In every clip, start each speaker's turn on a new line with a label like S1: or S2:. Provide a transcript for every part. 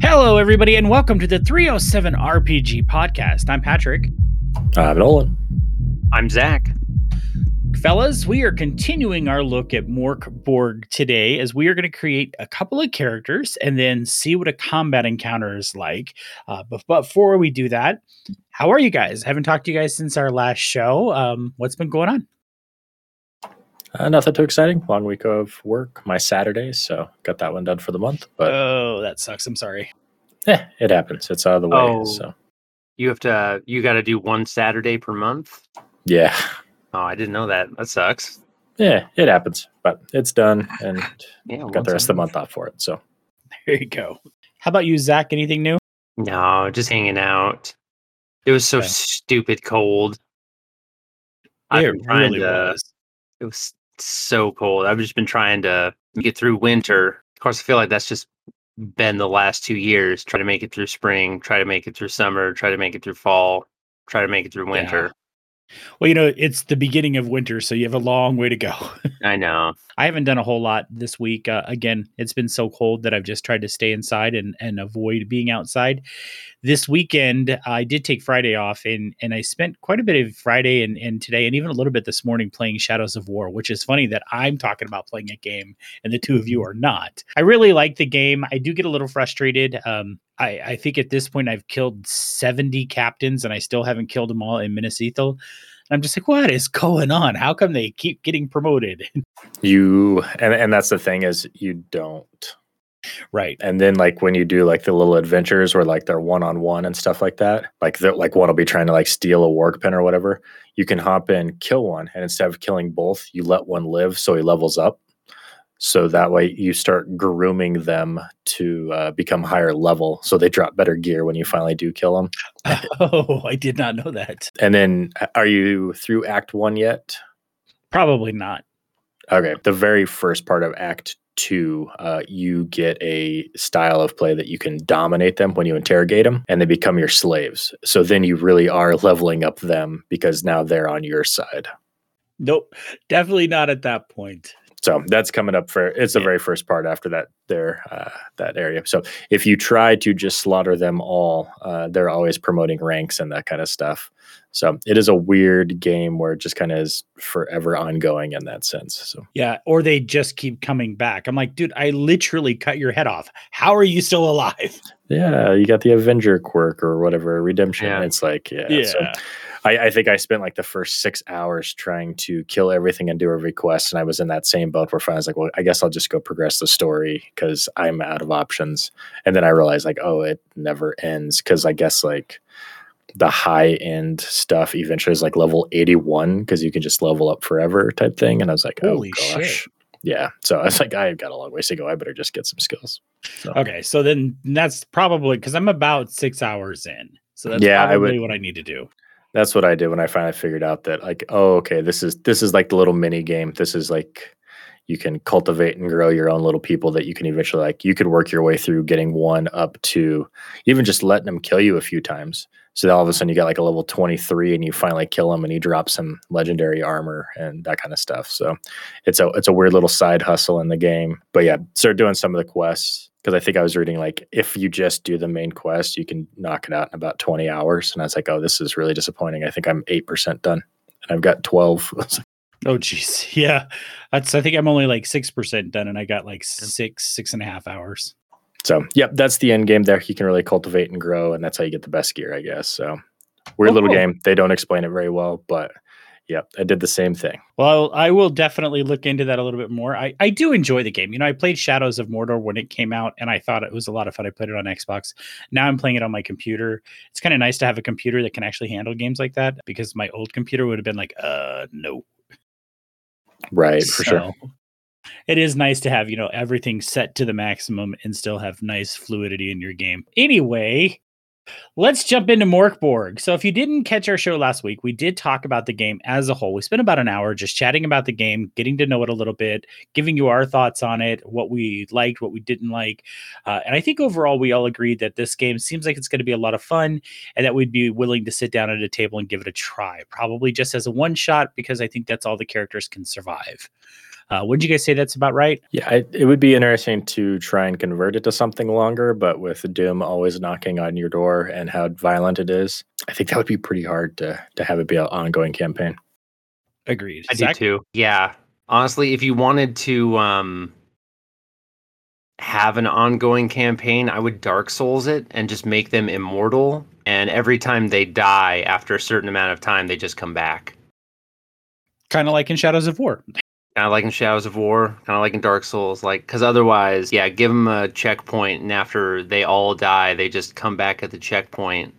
S1: Hello, everybody, and welcome to the 307 RPG podcast. I'm Patrick.
S2: I'm Nolan.
S3: I'm Zach.
S1: Fellas, we are continuing our look at Morkborg today as we are going to create a couple of characters and then see what a combat encounter is like. Uh, but but before we do that, how are you guys? Haven't talked to you guys since our last show. Um, what's been going on?
S2: Uh, nothing too exciting. Long week of work, my Saturdays, so got that one done for the month. But
S1: oh, that sucks. I'm sorry.
S2: eh, it happens. It's out of the way.
S3: Oh.
S2: So
S3: You have to you got to do one Saturday per month.
S2: yeah,
S3: Oh, I didn't know that. That sucks.
S2: yeah, it happens. But it's done, and
S3: Yeah,
S2: got the rest of the month off for it. So
S1: There you go. How about you, Zach? Anything new?
S3: No, just hanging out. It was so
S1: Okay.
S3: stupid cold. I've been trying to- It was so cold. I've just been trying to get through winter. Of course, I feel like that's just been the last two years. Try to make it through spring. Try to make it through summer. Try to make it through fall. Try to make it through winter.
S1: Well, you know, it's the beginning of winter, so you have a long way to go.
S3: I know.
S1: I haven't done a whole lot this week. Uh, again, it's been so cold that I've just tried to stay inside and, and avoid being outside. This weekend, I did take Friday off, and and I spent quite a bit of Friday and, and today, and even a little bit this morning playing Shadows of War, which is funny that I'm talking about playing a game and the two of you are not. I really like the game. I do get a little frustrated. Um, I, I think at this point I've killed 70 captains and I still haven't killed them all in Minas Ethel. And I'm just like, what is going on? How come they keep getting promoted?
S2: you and and that's the thing is you don't.
S1: right.
S2: And then like when you do like the little adventures where like they're one on one and stuff like that, like the, like one will be trying to like steal a work pin or whatever. You can hop in, kill one, and instead of killing both, you let one live so he levels up. So that way you start grooming them to uh, become higher level, so they drop better gear when you finally do kill them.
S1: Oh, I did not know that.
S2: And then uh, are you through Act One yet?
S1: Probably not.
S2: Okay. The very first part of Act Two, uh, you get a style of play that you can dominate them when you interrogate them, and they become your slaves. So then you really are leveling up them because now they're on your side.
S1: Nope. Definitely not at that point.
S2: So that's coming up for it's the very first part after that there uh, that area. So if you try to just slaughter them all, uh, they're always promoting ranks and that kind of stuff. So it is a weird game where it just kind of is forever ongoing in that sense. So
S1: Yeah. Or they just keep coming back. I'm like, dude, I literally cut your head off. How are you still alive?
S2: yeah, you got the Avenger quirk or whatever redemption.
S3: Yeah.
S2: It's like yeah. So I, I think I spent like the first six hours trying to kill everything and do every quest, and I was in that same boat where finally I was like, well, I guess I'll just go progress the story because I'm out of options. And then I realized like, oh, it never ends because I guess like the high end stuff eventually is like level 81 because you can just level up forever type thing. And I was like,
S1: Holy
S2: oh
S1: shit.
S2: gosh. Yeah. So I was like, I've got a long ways to go. I better just get some skills.
S1: Okay. So then that's probably because I'm about six hours in. So that's
S2: Yeah, I
S1: probably
S2: would-
S1: what I need to do.
S2: that's what I did when I finally figured out that like, oh, okay, this is this is like the little mini game. This is like you can cultivate and grow your own little people that you can eventually like you could work your way through getting one up to even just letting them kill you a few times. So then all of a sudden you got like a level 23 and you finally kill him and he drops some legendary armor and that kind of stuff. So it's a it's a weird little side hustle in the game. But yeah, start doing some of the quests because I think I was reading like if you just do the main quest, you can knock it out in about twenty hours. And I was like, oh, this is really disappointing. I think I'm eight percent done, and I've got twelve. It's like,
S1: Oh, jeez. Yeah. That's, I think I'm only like 6% done and I got like six, six and a half hours.
S2: so yep, that's the end game there. You can really cultivate and grow, and that's how you get the best gear, I guess. So weird
S1: Oh,
S2: little
S1: cool.
S2: game. They don't explain it very well, but yep, I did the same thing.
S1: Well, I will definitely look into that a little bit more. I, I do enjoy the game. You know, I played Shadows of Mordor when it came out, and I thought it was a lot of fun. I played it on Xbox. Now I'm playing it on my computer. It's kind of nice to have a computer that can actually handle games like that because my old computer would have been like, uh, no.
S2: Right, for sure.
S1: So, It is nice to have, you know, everything set to the maximum and still have nice fluidity in your game. Anyway, let's jump into Morkborg. So if you didn't catch our show last week, we did talk about the game as a whole. We spent about an hour just chatting about the game, getting to know it a little bit, giving you our thoughts on it, what we liked, what we didn't like. Uh, and I think overall we all agreed that this game seems like it's going to be a lot of fun and that we'd be willing to sit down at a table and give it a try, probably just as a one shot because I think that's all the characters can survive. Uh, wouldn't you guys say that's about right?
S2: Yeah, I, it would be interesting to try and convert it to something longer, but with Doom always knocking on your door and how violent it is, I think that would be pretty hard to to have it be an ongoing campaign.
S1: Agreed.
S3: I Zach? do too. Yeah, honestly, if you wanted to um, have an ongoing campaign, I would Dark Souls it and just make them immortal. And every time they die, after a certain amount of time, they just come back.
S1: Kind of like in Shadows of War.
S3: Kind of like in Shadows of War. Kind of like in Dark Souls. Like, because otherwise, yeah, give them a checkpoint, and after they all die, they just come back at the checkpoint.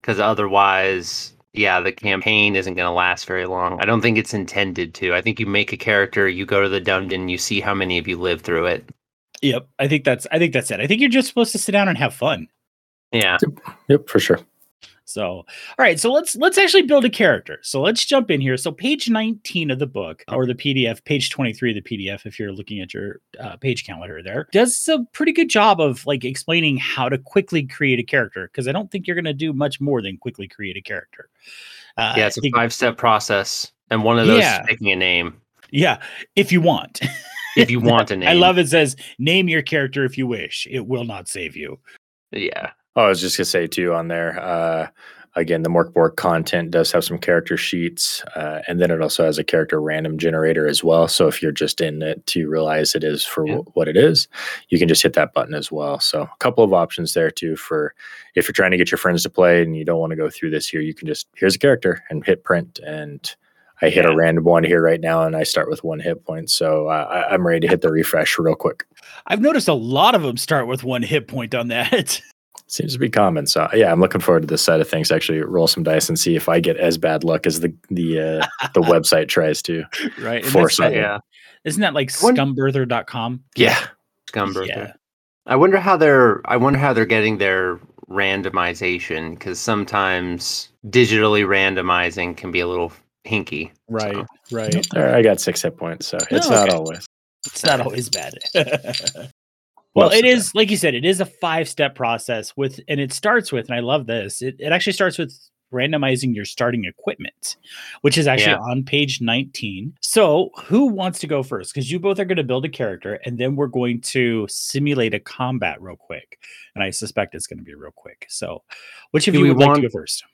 S3: Because otherwise, yeah, the campaign isn't going to last very long. I don't think it's intended to. I think you make a character, you go to the dungeon, you see how many of you live through it.
S1: Yep, I think that's I think that's it. I think you're just supposed to sit down and have fun.
S3: Yeah.
S2: Yep, yep for sure.
S1: So, all right, so let's let's actually build a character. So let's jump in here. So page 19 of the book or the PDF, page 23 of the PDF if you're looking at your uh, page calendar there, does a pretty good job of like explaining how to quickly create a character because I don't think you're going to do much more than quickly create a character.
S3: Uh, yeah, it's a five-step process and one of those yeah. is picking a name.
S1: Yeah, if you want.
S3: if you want to name. I
S1: love it says name your character if you wish. It will not save you.
S3: Yeah.
S2: Oh, I was just gonna say too on there. Uh, again, the Morkborg content does have some character sheets, uh, and then it also has a character random generator as well. So if you're just in it to realize it is for yeah. w- what it is, you can just hit that button as well. So a couple of options there too for if you're trying to get your friends to play and you don't want to go through this here, you can just here's a character and hit print and I hit yeah. a random one here right now, and I start with one hit point. So uh, I, am ready to hit the refresh real quick.
S1: I've noticed a lot of them start with one hit point on that.
S2: Seems to be common. So yeah, I'm looking forward to this side of things. Actually, roll some dice and see if I get as bad luck as the the uh, the website tries to
S1: right
S2: force on. Yeah,
S1: isn't that like scumbirther.com?
S2: Yeah,
S3: scumbirther. Yeah. I wonder how they're. I wonder how they're getting their randomization because sometimes digitally randomizing can be a little hinky.
S1: Right, so. right.
S2: Right, I got six hit points, so it's
S1: Oh,
S2: no, not okay. always.
S1: It's not always bad. well, it is like you said, it is a five step process with, and it starts with, and I love this. It, it actually starts with randomizing your starting equipment, which is actually yeah. on page 19. So, who wants to go first? Because you both are going to build a character, and then we're going to simulate a combat real quick. And I suspect it's going to be real quick. So, which of Do you would want- like to go first?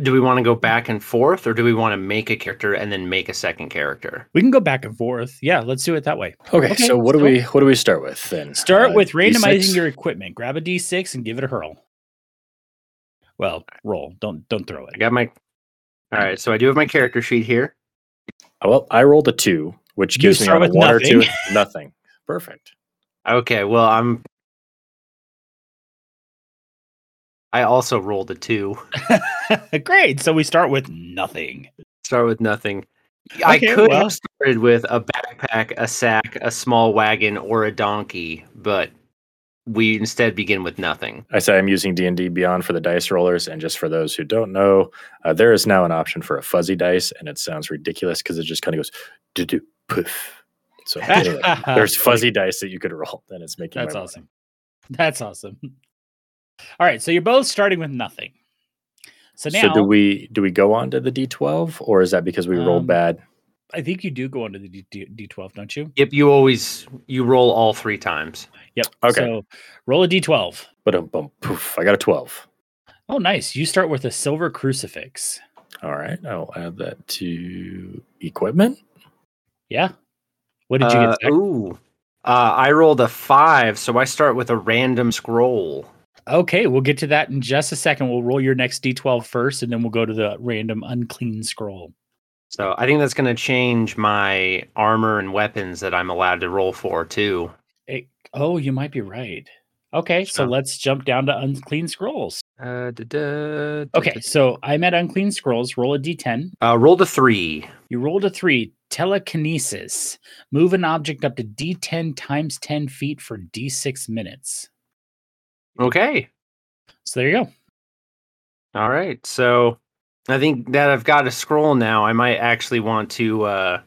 S3: do we want to go back and forth or do we want to make a character and then make a second character
S1: we can go back and forth yeah let's do it that way
S2: okay, okay so what do we what do we start with then
S1: start uh, with randomizing D6? your equipment grab a d6 and give it a hurl well roll don't don't throw it
S3: i got my all right so i do have my character sheet here
S2: well i rolled a two which gives me a one nothing. or two nothing perfect
S3: okay well i'm I also rolled a two.
S1: Great. So we start with nothing.
S3: Start with nothing. Okay, I could well. have started with a backpack, a sack, a small wagon, or a donkey, but we instead begin with nothing.
S2: I say I'm using D and D Beyond for the dice rollers, and just for those who don't know, uh, there is now an option for a fuzzy dice, and it sounds ridiculous because it just kind of goes do do poof. So anyway, there's fuzzy dice that you could roll, and it's making
S1: Uh, that's awesome. Money. That's awesome. All right, so you're both starting with nothing. So now,
S2: so do we do we go on to the D12, or is that because we um, rolled bad?
S1: I think you do go on to the D- D- 12 don't you?
S3: Yep, you always you roll all three times.
S1: Yep. Okay. So roll a D12.
S2: But bum poof, I got a 12.
S1: Oh, nice. You start with a silver crucifix.
S2: All right, I'll add that to equipment.
S1: Yeah. What did you
S3: uh,
S1: get? Zach?
S3: Ooh, uh, I rolled a five, so I start with a random scroll.
S1: Okay, we'll get to that in just a second. We'll roll your next d12 first, and then we'll go to the random unclean scroll.
S3: So I think that's going to change my armor and weapons that I'm allowed to roll for too.
S1: It, oh, you might be right. Okay, so, so let's jump down to unclean scrolls.
S3: Uh, da, da, da,
S1: okay, so I'm at unclean scrolls. Roll a d10.
S3: Uh, roll a three.
S1: You rolled a three. Telekinesis. Move an object up to d10 times 10 feet for d6 minutes.
S3: Okay.
S1: So there you go.
S3: All right. So I think that I've got a scroll now. I might actually want to uh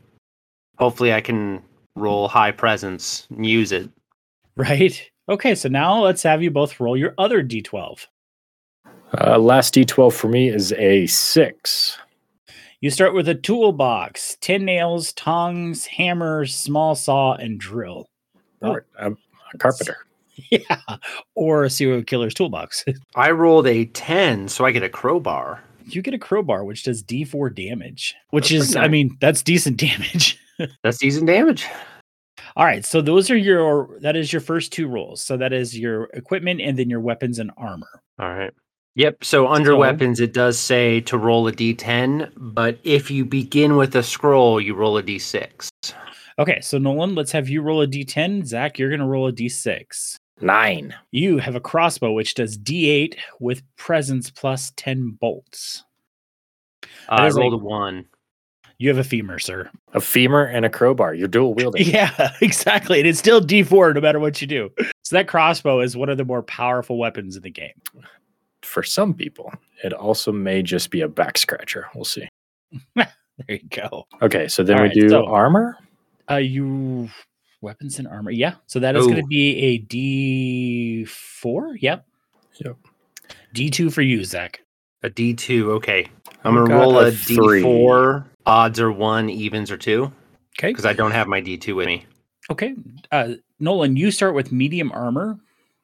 S3: hopefully I can roll high presence and use it.
S1: Right. Okay, so now let's have you both roll your other D twelve.
S2: Uh last D twelve for me is a six.
S1: You start with a toolbox, 10 nails, tongs, hammer, small saw, and drill. Oh.
S2: Or a, a carpenter.
S1: Yeah. Or a serial killer's toolbox.
S3: I rolled a 10, so I get a crowbar.
S1: You get a crowbar, which does D4 damage, which
S3: That's
S1: is,
S3: pretty
S1: I
S3: nice.
S1: mean, that's decent damage.
S3: That's decent damage.
S1: All right. So those are your, that is your first two rolls. So that is your equipment and then your weapons and armor.
S3: All right. Yep. So under
S1: So-
S3: weapons, it does say to roll a d10, but if you begin with a scroll, you roll a d6.
S1: Okay. So Nolan, let's have you roll a D10. Zach, you're going to roll a D6.
S2: Nine.
S1: You have a crossbow which does D8 with presence plus 10 bolts.
S3: Uh, I
S1: is
S3: rolled
S1: like-
S3: a one.
S1: You have a femur, sir.
S2: A femur and a crowbar. You're dual wielding.
S1: Yeah, exactly. And it's still D4 no matter what you do. So that crossbow is one of the more powerful weapons in the game.
S2: For some people, it also may just be a back scratcher. We'll see.
S1: There you go.
S2: Okay, so then
S1: All
S2: we
S1: right,
S2: do
S1: so-
S2: armor.
S1: Uh you weapons and armor. Yeah. So that is going
S3: Oh.
S1: to be a D4. Yep.
S2: Yep.
S1: D2 for you, Zach.
S3: A d2. Okay. I'm going to
S2: Got
S3: roll
S2: a
S3: a
S2: three.
S3: d4. Odds are one, evens are two,
S1: Okay.
S3: because I don't have my d2 with me.
S1: Okay. Uh, Nolan, you start with medium armor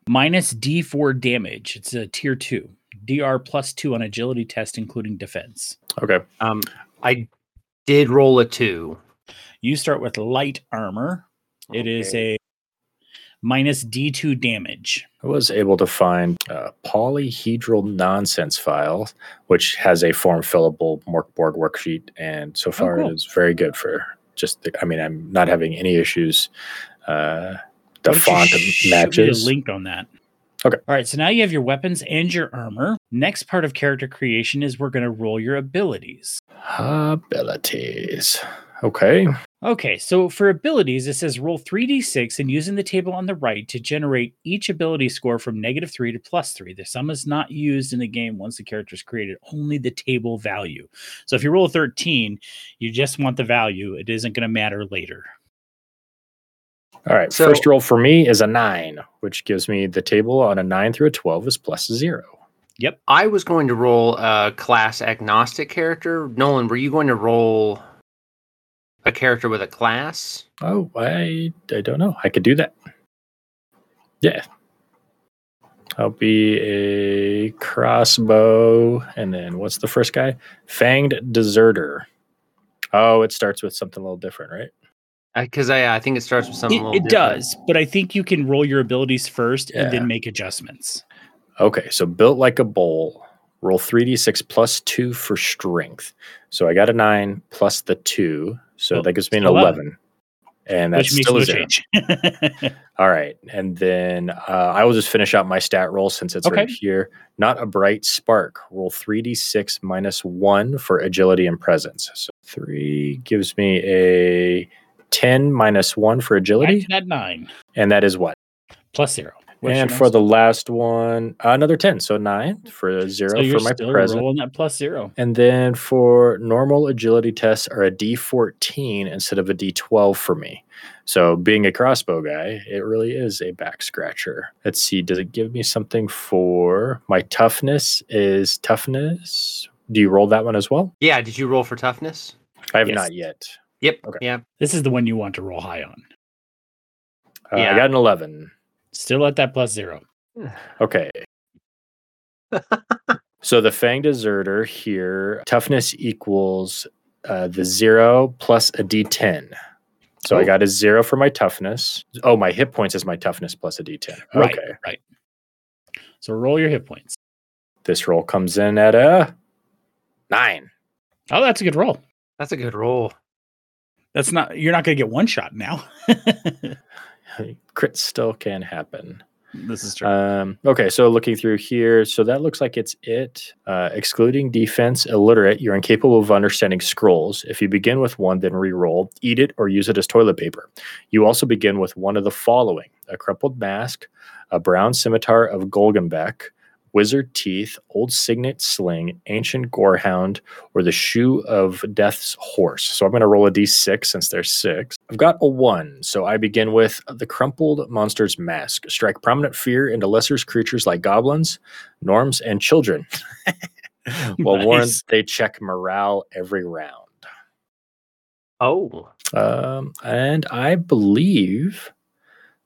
S1: minus D4 damage. It's a tier two. DR plus two on agility test, including defense.
S2: Okay.
S3: Um, I did roll a two.
S1: You start with light armor. It is
S3: Okay.
S1: a minus D2 damage.
S2: I was able to find a polyhedral nonsense file, which has a form fillable Morkborg worksheet. And so far,
S1: Oh, cool.
S2: it is very good for just, the, I mean, I'm not having any issues. Uh, the
S1: Why don't you
S2: font
S1: shoot me
S2: matches.
S1: A link on that.
S2: Okay.
S1: All right. So now you have your weapons and your armor. Next part of character creation is we're going to roll your abilities.
S2: Abilities. Okay.
S1: Okay, so for abilities, it says roll 3d6 and using the table on the right to generate each ability score from negative 3 to plus 3. The sum is not used in the game once the character is created, only the table value. So if you roll a 13, you just want the value. It isn't going to matter later.
S2: All right.
S3: So-
S2: First roll for me is a nine, which gives me the table on a nine through a 12 is plus zero.
S3: I was going to roll a class agnostic character. Nolan, were you going to roll a character with a class?
S2: Oh, I I don't know. I could do that. Yeah. I'll be a crossbow and then what's the first guy? Fanged deserter. Oh, it starts with something a little different, right?
S3: Because I, I think it starts with something. a
S1: It,
S3: little
S1: it
S3: different.
S1: does, but I think you can roll your abilities first and
S2: Yeah.
S1: then make adjustments.
S2: Okay, so built like a bowl. Roll 3d6 plus 2 for strength. So I got a 9 plus the 2, so
S1: Well,
S2: that gives me an
S1: still
S2: 11.
S1: up.
S2: And that's
S1: which makes
S2: still
S1: no
S2: a zero.
S1: change.
S2: All right. And then uh, I will just finish out my stat roll since it's
S1: Okay.
S2: right here. Not a bright spark. Roll 3d6 minus one for agility and presence. So three gives me a 10 minus one for
S1: Back
S2: agility.
S1: to that 9
S2: And that is what?
S1: plus 0. What's your
S2: and
S1: next?
S2: for the last one, another 10. So nine for zero
S1: so you're
S2: for my
S1: still
S2: present.
S1: rolling that plus 0.
S2: And then for normal agility tests are a D14 instead of a D12 for me. So being a crossbow guy, it really is a back scratcher. Let's see, does it give me something for my toughness? Is toughness? Do you roll that one as well?
S3: Yeah. Did you roll for toughness?
S2: I have
S1: Yes.
S2: not yet.
S3: Yep.
S2: Okay.
S3: Yeah.
S1: This is the one you want to roll high on.
S2: Uh, I
S3: Yeah.
S2: got an 11.
S1: Still at that plus zero.
S2: Okay. so the Fang Deserter here, toughness equals uh, the zero plus a d10. So I
S1: Oh.
S2: got a zero for my toughness. Oh, my hit points is my toughness plus a d10.
S1: Right.
S2: Okay.
S1: So roll your hit points.
S2: This roll comes in at a nine.
S1: Oh, that's a good roll.
S3: That's a good roll.
S1: That's not you're not gonna get one shot now.
S2: Crit still can happen.
S1: this is
S2: Um, okay, so looking through here, so that looks like it's it. Uh, excluding defense, illiterate, you're incapable of understanding scrolls. If you begin with one, then re-roll, eat it, or use it as toilet paper. You also begin with one of the following: a crumpled mask, a brown scimitar of Golgenbeck, wizard teeth, old signet sling, ancient gorehound, or the shoe of death's horse. So I'm going to roll a d6 since there's six. I've got a one, so I begin with the crumpled monster's mask. Strike prominent fear into lesser creatures like goblins, norms, and children. well, nice. Warren, they check morale every round.
S3: Oh.
S2: Um, and I believe,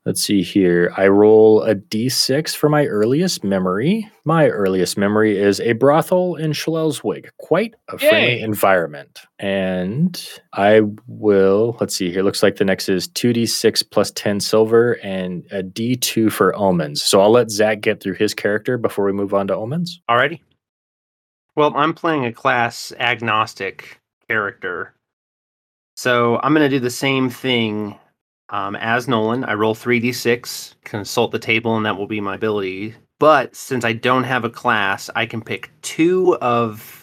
S2: let's see here, I roll a d6 for my earliest memory. My earliest memory is a brothel in Schleswig, quite a Yay. friendly environment. And I will, let's see here, looks like the next is 2d6 plus 10 silver and a d2 for omens. So I'll let Zach get through his character before we move on to omens.
S3: Alrighty. Well, I'm playing a class agnostic character. So I'm going to do the same thing um, as Nolan. I roll 3d6, consult the table, and that will be my ability. But since I don't have a class, I can pick two of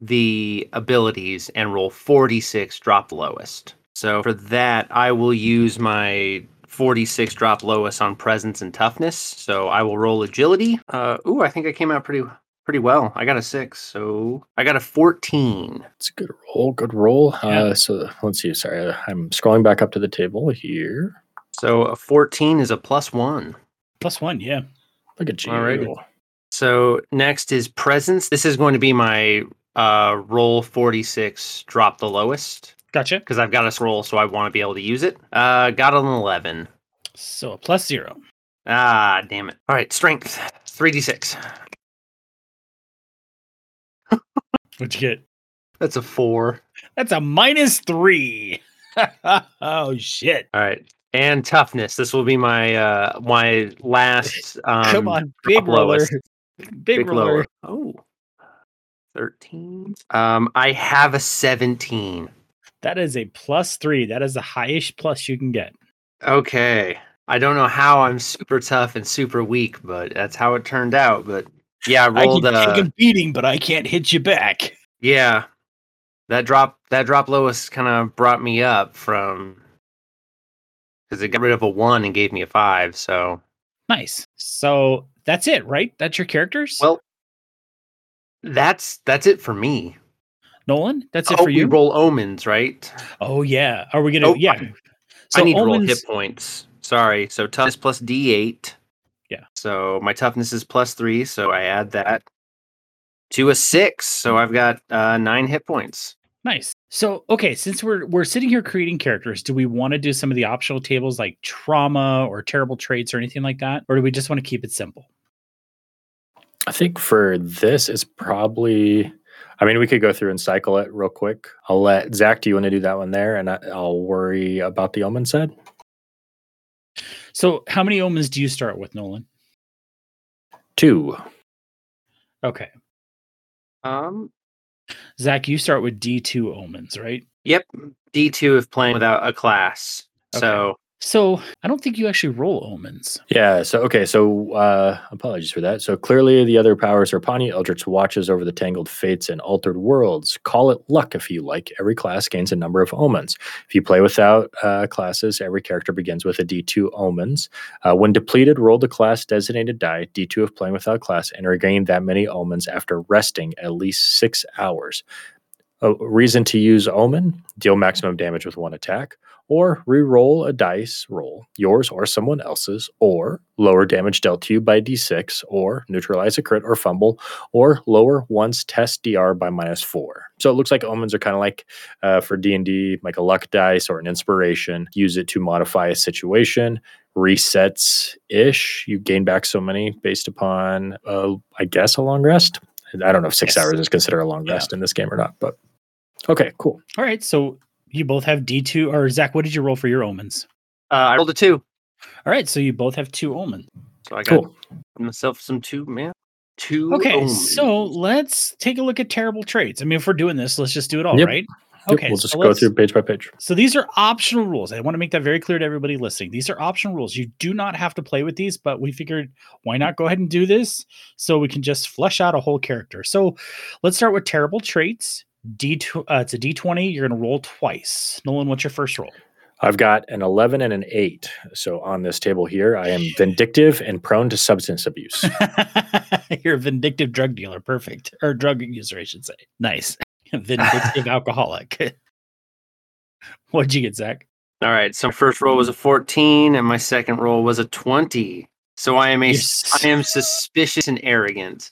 S3: the abilities and roll 46, drop lowest. So for that, I will use my 46 drop lowest on presence and toughness. So I will roll agility. Uh, ooh, I think I came out pretty pretty well. I got a six, so I got a fourteen.
S2: It's a good roll. Good roll. Yeah. Uh, so let's see. Sorry, I'm scrolling back up to the table here.
S3: So a fourteen is a plus one.
S1: Plus one, yeah.
S2: Look at you. All right.
S3: So next is presence. This is going to be my uh, roll forty six. Drop the lowest.
S1: Gotcha.
S3: Because I've got a roll, so I want to be able to use it. Uh, got an eleven.
S1: So a plus zero.
S3: Ah, damn it. All right, strength. 3d6.
S1: What'd you get?
S3: That's a four.
S1: That's a minus three. oh shit!
S3: All right, and toughness. This will be my uh my last. Um,
S1: Come on, big roller.
S3: Big, big roller. Lower. Oh. 13. Um, I have a 17.
S1: That is a plus three. That is the highest plus you can get.
S3: Okay. I don't know how I'm super tough and super weak, but that's how it turned out. But yeah, I rolled. uh,
S1: I can take a beating, but I can't hit you back.
S3: Yeah, that drop that drop lowest kind of brought me up from because it got rid of a one and gave me a five. So
S1: nice. So that's it, right? That's your characters.
S3: Well, that's that's it for me.
S1: Nolan, that's it
S3: oh,
S1: for you.
S3: roll omens, right?
S1: Oh yeah. Are we gonna? Oh, yeah.
S3: So I need omens... to roll hit points. Sorry. So toughness plus D eight.
S1: Yeah.
S3: So my toughness is plus three, so I add that to a six. So I've got uh, nine hit points.
S1: Nice. So okay, since we're we're sitting here creating characters, do we want to do some of the optional tables like trauma or terrible traits or anything like that, or do we just want to keep it simple?
S2: I think for this, it's probably. I mean, we could go through and cycle it real quick. I'll let Zach. Do you want to do that one there, and I, I'll worry about the omen said.
S1: So, how many omens do you start with, Nolan?
S2: Two.
S1: Okay.
S3: Um,
S1: Zach, you start with D two omens, right?
S3: Yep, D two if playing without a class. Okay. So,
S1: so I don't think you actually roll omens.
S2: Yeah. So okay. So uh, apologies for that. So clearly, the other powers are Pawnee Eldritch watches over the tangled fates and altered worlds. Call it luck if you like. Every class gains a number of omens. If you play without uh, classes, every character begins with a D2 omens. Uh, when depleted, roll the class designated die D2 of playing without class and regain that many omens after resting at least six hours. A reason to use omen: deal maximum damage with one attack or re-roll a dice roll, yours or someone else's, or lower damage dealt to you by d6, or neutralize a crit or fumble, or lower one's test DR by minus four. So it looks like omens are kind of like uh, for D and D, like a luck dice or an inspiration. Use it to modify a situation. Resets ish. You gain back so many based upon, uh, I guess, a long rest. I don't know if six yes. hours is considered a long rest yeah. in this game or not, but okay, cool.
S1: All right, so you both have D2 or Zach, what did you roll for your omens?
S3: Uh, I rolled a two.
S1: All right, so you both have two omens.
S3: So I got cool. myself some two, man. Two.
S1: Okay,
S3: omens.
S1: so let's take a look at terrible traits. I mean, if we're doing this, let's just do it all, yep. right?
S2: Okay, we'll just so go through page by page.
S1: So these are optional rules. I want to make that very clear to everybody listening. These are optional rules. You do not have to play with these, but we figured why not go ahead and do this so we can just flesh out a whole character. So let's start with terrible traits. D uh, it's a D twenty. You're going to roll twice. Nolan, what's your first roll?
S2: I've got an eleven and an eight. So on this table here, I am vindictive and prone to substance abuse.
S1: You're a vindictive drug dealer. Perfect, or drug user, I should say. Nice, vindictive alcoholic. What'd you get, Zach?
S3: All right. So my first roll was a fourteen, and my second roll was a twenty. So I am a yes. I am suspicious and arrogant.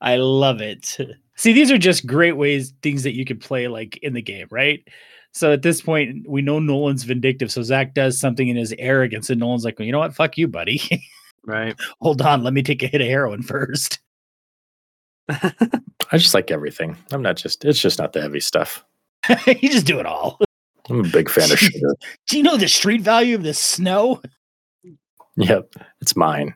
S1: I love it. See, these are just great ways, things that you could play like in the game, right? So at this point, we know Nolan's vindictive. So Zach does something in his arrogance, and Nolan's like, well, you know what? Fuck you, buddy.
S3: Right.
S1: Hold on. Let me take a hit of heroin first.
S2: I just like everything. I'm not just, it's just not the heavy stuff.
S1: you just do it all.
S2: I'm a big fan of sugar.
S1: Do you know the street value of this snow?
S2: Yep. It's mine.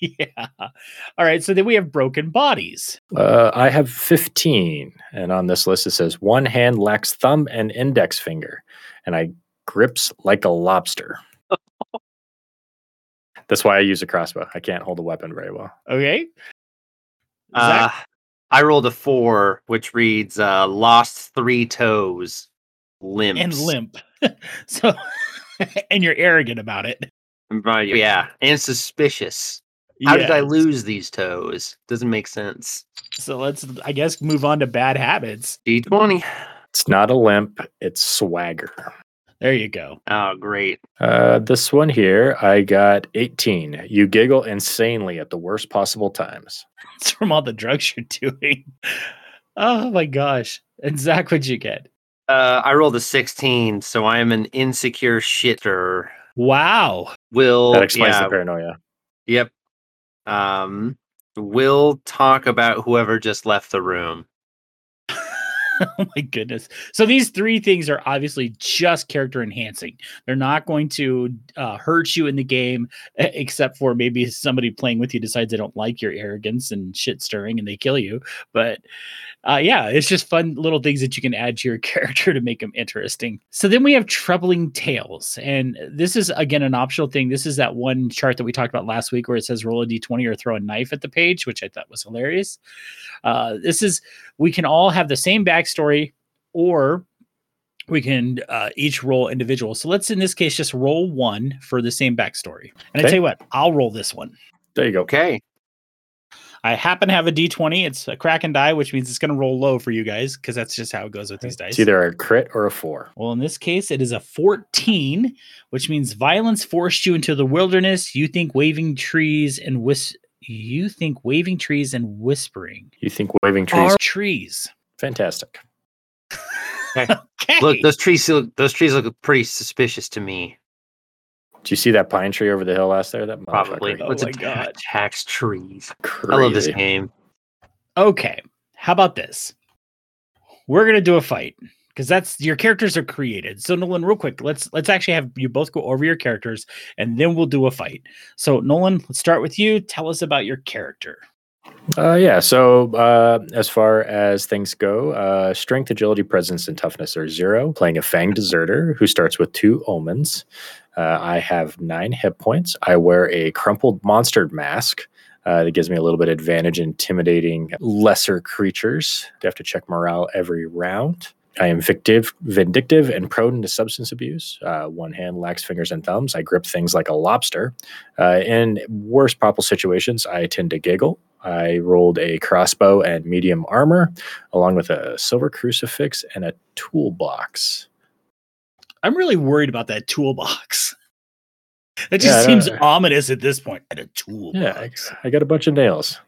S1: yeah. All right. So then we have broken bodies.
S2: Uh, I have 15. And on this list, it says one hand lacks thumb and index finger, and I grips like a lobster. That's why I use a crossbow. I can't hold a weapon very well.
S1: Okay.
S3: Uh, I rolled a four, which reads uh, lost three toes, limps.
S1: And limp. so, and you're arrogant about it.
S3: Right, yeah, and suspicious. How
S1: Yeah.
S3: did I lose these toes? Doesn't make sense.
S1: So let's, I guess, move on to bad habits.
S3: D20.
S2: It's not a limp, it's swagger.
S1: There you go.
S3: Oh, great.
S2: Uh, this one here, I got 18. You giggle insanely at the worst possible times.
S1: It's from all the drugs you're doing. Oh my gosh. And Zach, what'd you get?
S3: Uh, I rolled a 16, so I am an insecure shitter.
S1: Wow.
S3: Will
S2: That explains
S3: yeah,
S2: the paranoia.
S3: Yep. Um, we'll talk about whoever just left the room.
S1: Oh my goodness. So these three things are obviously just character enhancing. They're not going to uh, hurt you in the game, e- except for maybe somebody playing with you decides they don't like your arrogance and shit stirring and they kill you. But uh, yeah, it's just fun little things that you can add to your character to make them interesting. So then we have troubling tales. And this is, again, an optional thing. This is that one chart that we talked about last week where it says roll a d20 or throw a knife at the page, which I thought was hilarious. Uh, this is we can all have the same backstory or we can uh, each roll individual. So let's in this case just roll one for the same backstory. And I
S2: Okay.
S1: tell you what, I'll roll this one.
S2: There you go.
S3: Okay.
S1: I happen to have a d20. It's a crack and die, which means it's going to roll low for you guys because that's just how it goes with these dice.
S2: It's either a crit or a four.
S1: Well, in this case, it is a 14, which means violence forced you into the wilderness. You think waving trees and whis- you think waving trees and whispering
S2: You think waving trees?
S1: are trees.
S2: Fantastic.
S1: Okay.
S3: Look, those trees look those trees look pretty suspicious to me.
S2: Do you see that pine tree over the hill last there? That
S3: Probably.
S2: motherfucker.
S1: Oh
S3: Let's
S1: my
S3: attack,
S1: God.
S3: tax trees.
S2: Crazy.
S3: I love this game.
S1: Okay. How about this? We're gonna do a fight because that's your characters are created. So Nolan, real quick, let's let's actually have you both go over your characters and then we'll do a fight. So Nolan, let's start with you. Tell us about your character.
S2: Uh, yeah. So uh, as far as things go, uh, strength, agility, presence, and toughness are zero. Playing a fang deserter who starts with two omens. Uh, I have nine hit points. I wear a crumpled monster mask. Uh, that gives me a little bit advantage intimidating lesser creatures. I have to check morale every round. I am vindictive, vindictive and prone to substance abuse. Uh, one hand lacks fingers and thumbs. I grip things like a lobster. Uh, in worse possible situations, I tend to giggle. I rolled a crossbow and medium armor, along with a silver crucifix and a toolbox.
S1: I'm really worried about that toolbox. That just
S2: Yeah, I
S1: seems
S2: don't-
S1: ominous at this point. And a toolbox.
S2: Yeah, I, I got a bunch of nails.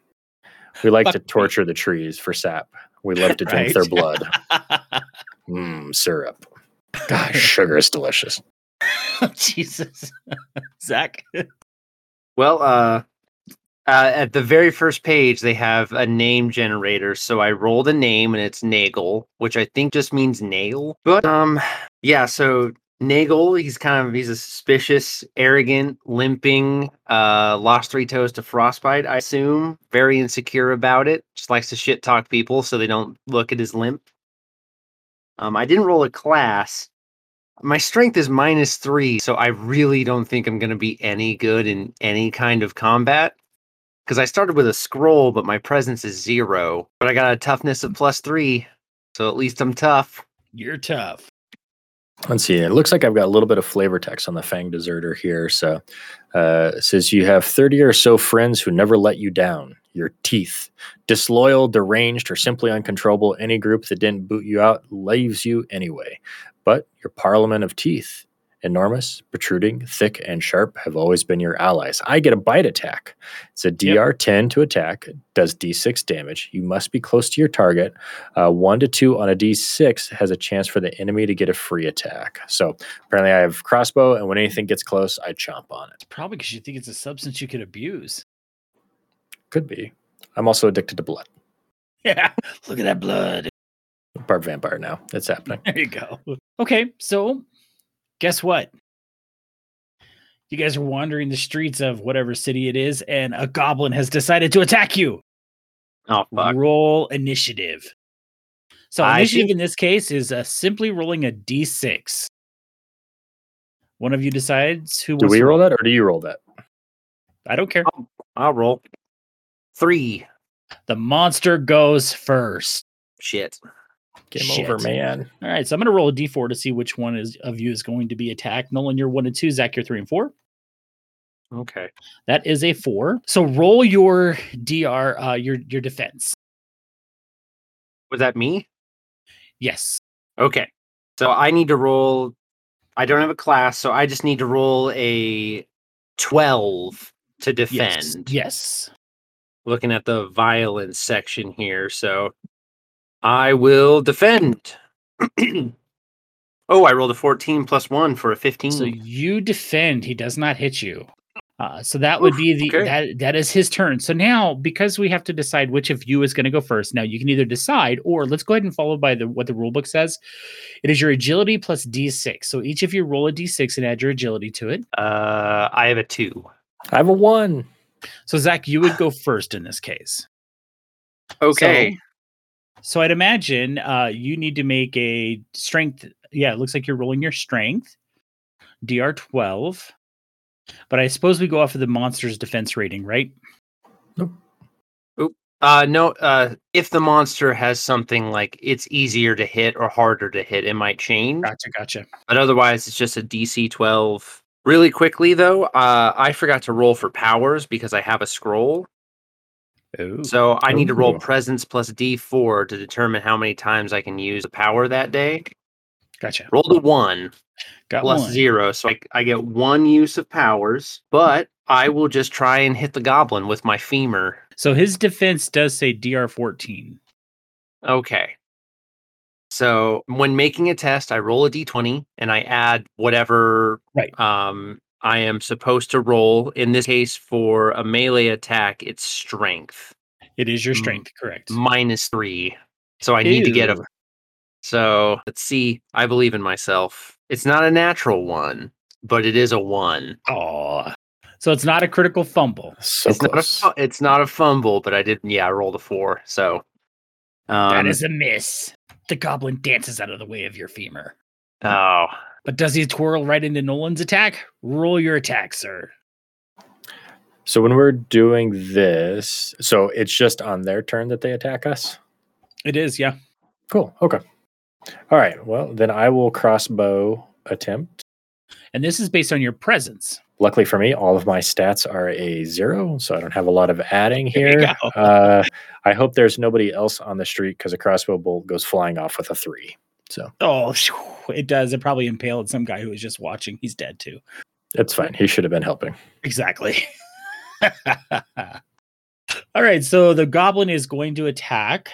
S2: We like to
S1: Fuck me.
S2: torture the trees for sap. We love to drink
S1: Right.
S2: their blood. Mmm, syrup. Gosh, sugar is delicious.
S1: Oh, Jesus. Zach.
S3: Well, uh, uh, at the very first page, they have a name generator. So I rolled a name, and it's Nagel, which I think just means nail. But um, yeah. So Nagel, he's kind of he's a suspicious, arrogant, limping, uh, lost three toes to frostbite. I assume very insecure about it. Just likes to shit talk people so they don't look at his limp. Um, I didn't roll a class. My strength is minus three, so I really don't think I'm going to be any good in any kind of combat. Because I started with a scroll, but my presence is zero. But I got a toughness of plus three, so at least I'm tough.
S1: You're tough.
S2: Let's see. It looks like I've got a little bit of flavor text on the Fang Deserter here. So uh, it says you have 30 or so friends who never let you down. Your teeth, disloyal, deranged, or simply uncontrollable. Any group that didn't boot you out leaves you anyway. But your parliament of teeth enormous, protruding, thick, and sharp, have always been your allies. I get a bite attack. It's a DR 10 to attack, does D6 damage. You must be close to your target. Uh, one to two on a D6 has a chance for the enemy to get a free attack. So apparently, I have crossbow, and when anything gets close, I chomp on it.
S1: Probably because you think it's a substance you could abuse.
S2: Could be. I'm also addicted to blood.
S1: Yeah, look at that blood.
S2: Barb vampire now. It's happening.
S1: There you go. Okay, so guess what? You guys are wandering the streets of whatever city it is, and a goblin has decided to attack you.
S3: Oh fuck!
S1: Roll initiative. So
S3: I
S1: initiative
S3: think-
S1: in this case is uh, simply rolling a d6. One of you decides who.
S2: Do
S1: wants
S2: we
S1: to
S2: roll that or do you roll that?
S1: I don't care.
S3: I'll roll three.
S1: The monster goes first.
S3: Shit.
S2: Game
S1: Shit.
S2: over, man.
S1: All right, so I'm going to roll a d4 to see which one is of you is going to be attacked. Nolan, you're one and two. Zach, you're three and four.
S3: Okay.
S1: That is a four. So roll your dr, uh, your your defense.
S3: Was that me?
S1: Yes.
S3: Okay. So I need to roll. I don't have a class, so I just need to roll a 12 to defend.
S1: Yes. Yes.
S3: Looking at the violence section here. So I will defend. oh, I rolled a 14 plus one for a 15.
S1: So you defend. He does not hit you. Uh, so that would
S3: Oof,
S1: be the
S3: okay.
S1: that that is his turn. So now because we have to decide which of you is going to go first. Now you can either decide or let's go ahead and follow by the what the rule book says. It is your agility plus d6. So each of you roll a d6 and add your agility to it.
S3: uh, I have a two.
S2: I have a one.
S1: So Zach, you would go first in this case.
S3: Okay.
S1: So I'd imagine uh, you need to make a strength. Yeah, it looks like you're rolling your strength, DR 12. But I suppose we go off of the monster's defense rating, right?
S3: Uh, no, uh, if the monster has something like it's easier to hit or harder to hit, it might change.
S1: Gotcha, gotcha.
S3: but otherwise it's just a DC 12. Really quickly though, uh, I forgot to roll for powers because I have a scroll,
S1: Oh,
S3: so I need to roll
S2: Ooh.
S3: presence plus D4 to determine how many times I can use a power that day.
S1: gotcha.
S3: Rolled a one
S1: Got
S3: plus
S1: one.
S3: zero, so I, I get one use of powers. But I will just try and hit the goblin with my femur.
S1: So his defense does say DR 14.
S3: Okay. So when making a test, I roll a d20 and I add whatever
S1: Right.
S3: um, I am supposed to roll. In this case, for a melee attack, it's strength
S1: It is your
S3: Mm.
S1: strength, correct?
S3: minus three. So I need to get a.
S1: Ew.
S3: So let's see. I believe in myself. It's not a natural one, but it is a one.
S1: Aw. So it's not a critical fumble.
S2: So
S3: it's
S2: close.
S3: not a. fu- It's not a fumble, but I did. Yeah, I rolled a four. So um,
S1: that is a miss. The goblin dances out of the way of your femur.
S3: Oh,
S1: But does he twirl right into Nolan's attack? Roll your attack, sir.
S2: so when we're doing this, so it's just on their turn that they attack us?
S1: It is, yeah.
S2: Cool. Okay. All right. Well, then I will crossbow attempt.
S1: And this is based on your presence.
S2: Luckily for me, all of my stats are a zero, so I don't have a lot of adding
S1: There you
S2: here.
S1: go.
S2: Uh, I hope there's nobody else on the street because a crossbow bolt goes flying off with a three. So
S1: Oh, phew, it does. It probably impaled some guy who was just watching. He's dead too.
S2: it's fine. He should have been helping.
S1: Exactly. All right, so the goblin is going to attack.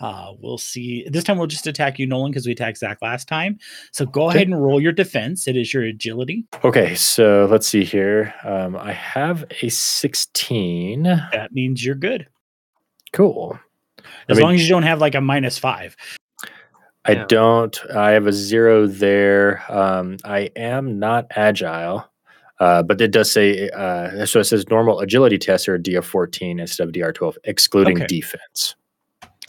S1: Uh, we'll see. This time we'll just attack you, Nolan, because we attacked Zach last time. So go
S2: Okay.
S1: ahead and roll your defense. It is your agility.
S2: Okay, so let's see here. Um, I have a 16.
S1: That means you're good.
S2: Cool.
S1: As
S2: mean-
S1: long as you don't have like a minus five.
S2: I
S3: Yeah.
S2: don't. I have a zero there. Um, I am not agile, uh, but it does say uh, so. It says normal agility tests are DR fourteen instead of DR twelve, excluding
S1: Okay.
S2: defense.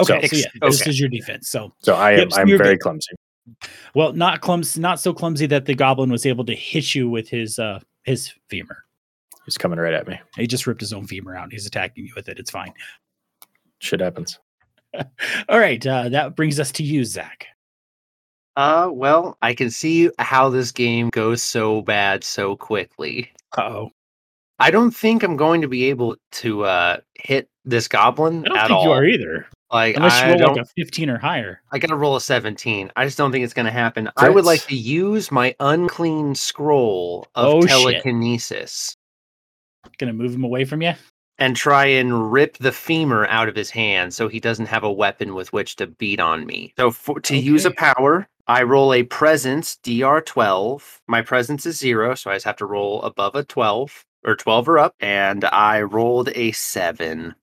S2: So-
S1: Okay, so, yeah, this
S3: Okay.
S1: is your defense. So
S2: So I am.
S1: Yep, so
S2: I'm
S1: you're
S2: very
S1: good.
S2: clumsy.
S1: Well, not clumsy, not so clumsy that the goblin was able to hit you with his uh his femur.
S2: It's coming right at me.
S1: He just ripped his own femur out. He's attacking you with it. It's fine.
S2: Shit happens.
S1: All right, uh, that brings us to you, Zach.
S3: Uh, well, I can see how this game goes so bad so quickly.
S1: Oh,
S3: I don't think I'm going to be able to uh hit this goblin
S1: I don't
S3: at
S1: think
S3: all.
S1: you are either.
S3: Like
S1: Unless you
S3: I
S1: roll
S3: don't,
S1: like a 15 or higher.
S3: I got to roll a seventeen. I just don't think it's going to happen. I would like
S2: Crits.
S3: to use my unclean scroll of
S1: Oh, shit.
S3: telekinesis
S1: Gonna move him away from you.
S3: and try and rip the femur out of his hand, so he doesn't have a weapon with which to beat on me. So for, to use a
S1: Okay.
S3: power, I roll a presence DR twelve. My presence is zero, so I just have to roll above a twelve or twelve or up, and I rolled a seven.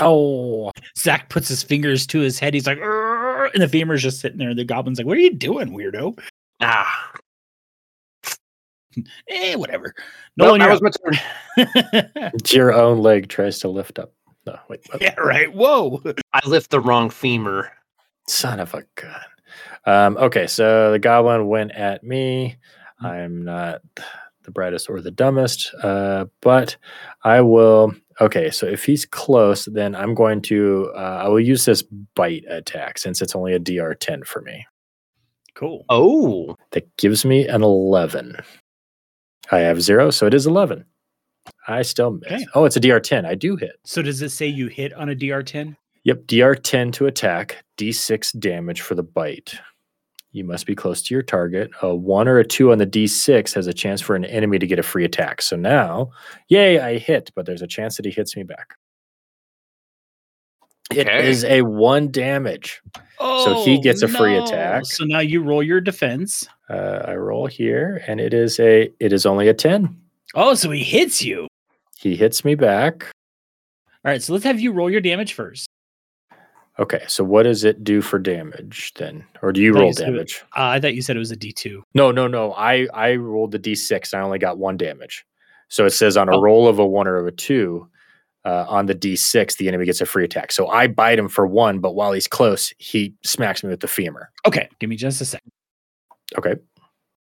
S2: Oh,
S1: Zach puts his fingers to his head. He's like, "Arr," and the femur's just sitting there. The goblin's like, "What are you doing, weirdo?"
S3: Ah,
S1: Eh, whatever.
S3: Nope,
S1: Nolan,
S3: that
S1: you're
S3: was
S1: up.
S3: my turn.
S2: your own leg tries to lift up. No, wait. what?
S1: yeah, right. Whoa.
S3: I lift the wrong femur.
S2: Son of a gun. Um, okay, so the goblin went at me.
S1: Mm-hmm.
S2: I'm not the brightest or the dumbest, uh, but I will. Okay, so if he's close, then I'm going to. Uh, I will use this bite attack since it's only a DR 10 for me.
S1: Cool.
S3: Oh,
S2: That gives me an 11. I have zero, so it is 11. I still miss.
S1: Okay.
S2: Oh, it's a DR 10. I do hit.
S1: So does it say you hit on a DR10?
S2: Yep, DR 10 to attack, D6 damage for the bite. You must be close to your target. A 1 or a 2 on the D6 has a chance for an enemy to get a free attack. So now, yay, I hit, but there's a chance that he hits me back. It
S3: Okay.
S2: is a 1 damage. So
S1: Oh,
S2: he gets a free attack.
S1: So now you roll your defense.
S2: Uh, I roll here and it is a it is only a 10.
S1: Oh, so he hits you. All
S2: He hits me back.
S1: right. So let's have you roll your damage first.
S2: Okay, so what does it do for damage then? Or do you
S1: Thought you
S2: roll
S1: said it-
S2: damage?
S1: Uh, I thought you said it was a D2.
S2: No, no, no. I I rolled the d6. And I only got one damage. So it says on a
S1: Oh.
S2: roll of a one or of a two, uh, on the d6, the enemy gets a free attack. So I bite him for one, but while he's close, he smacks me with the femur.
S1: Okay. Give me just a second.
S2: Okay.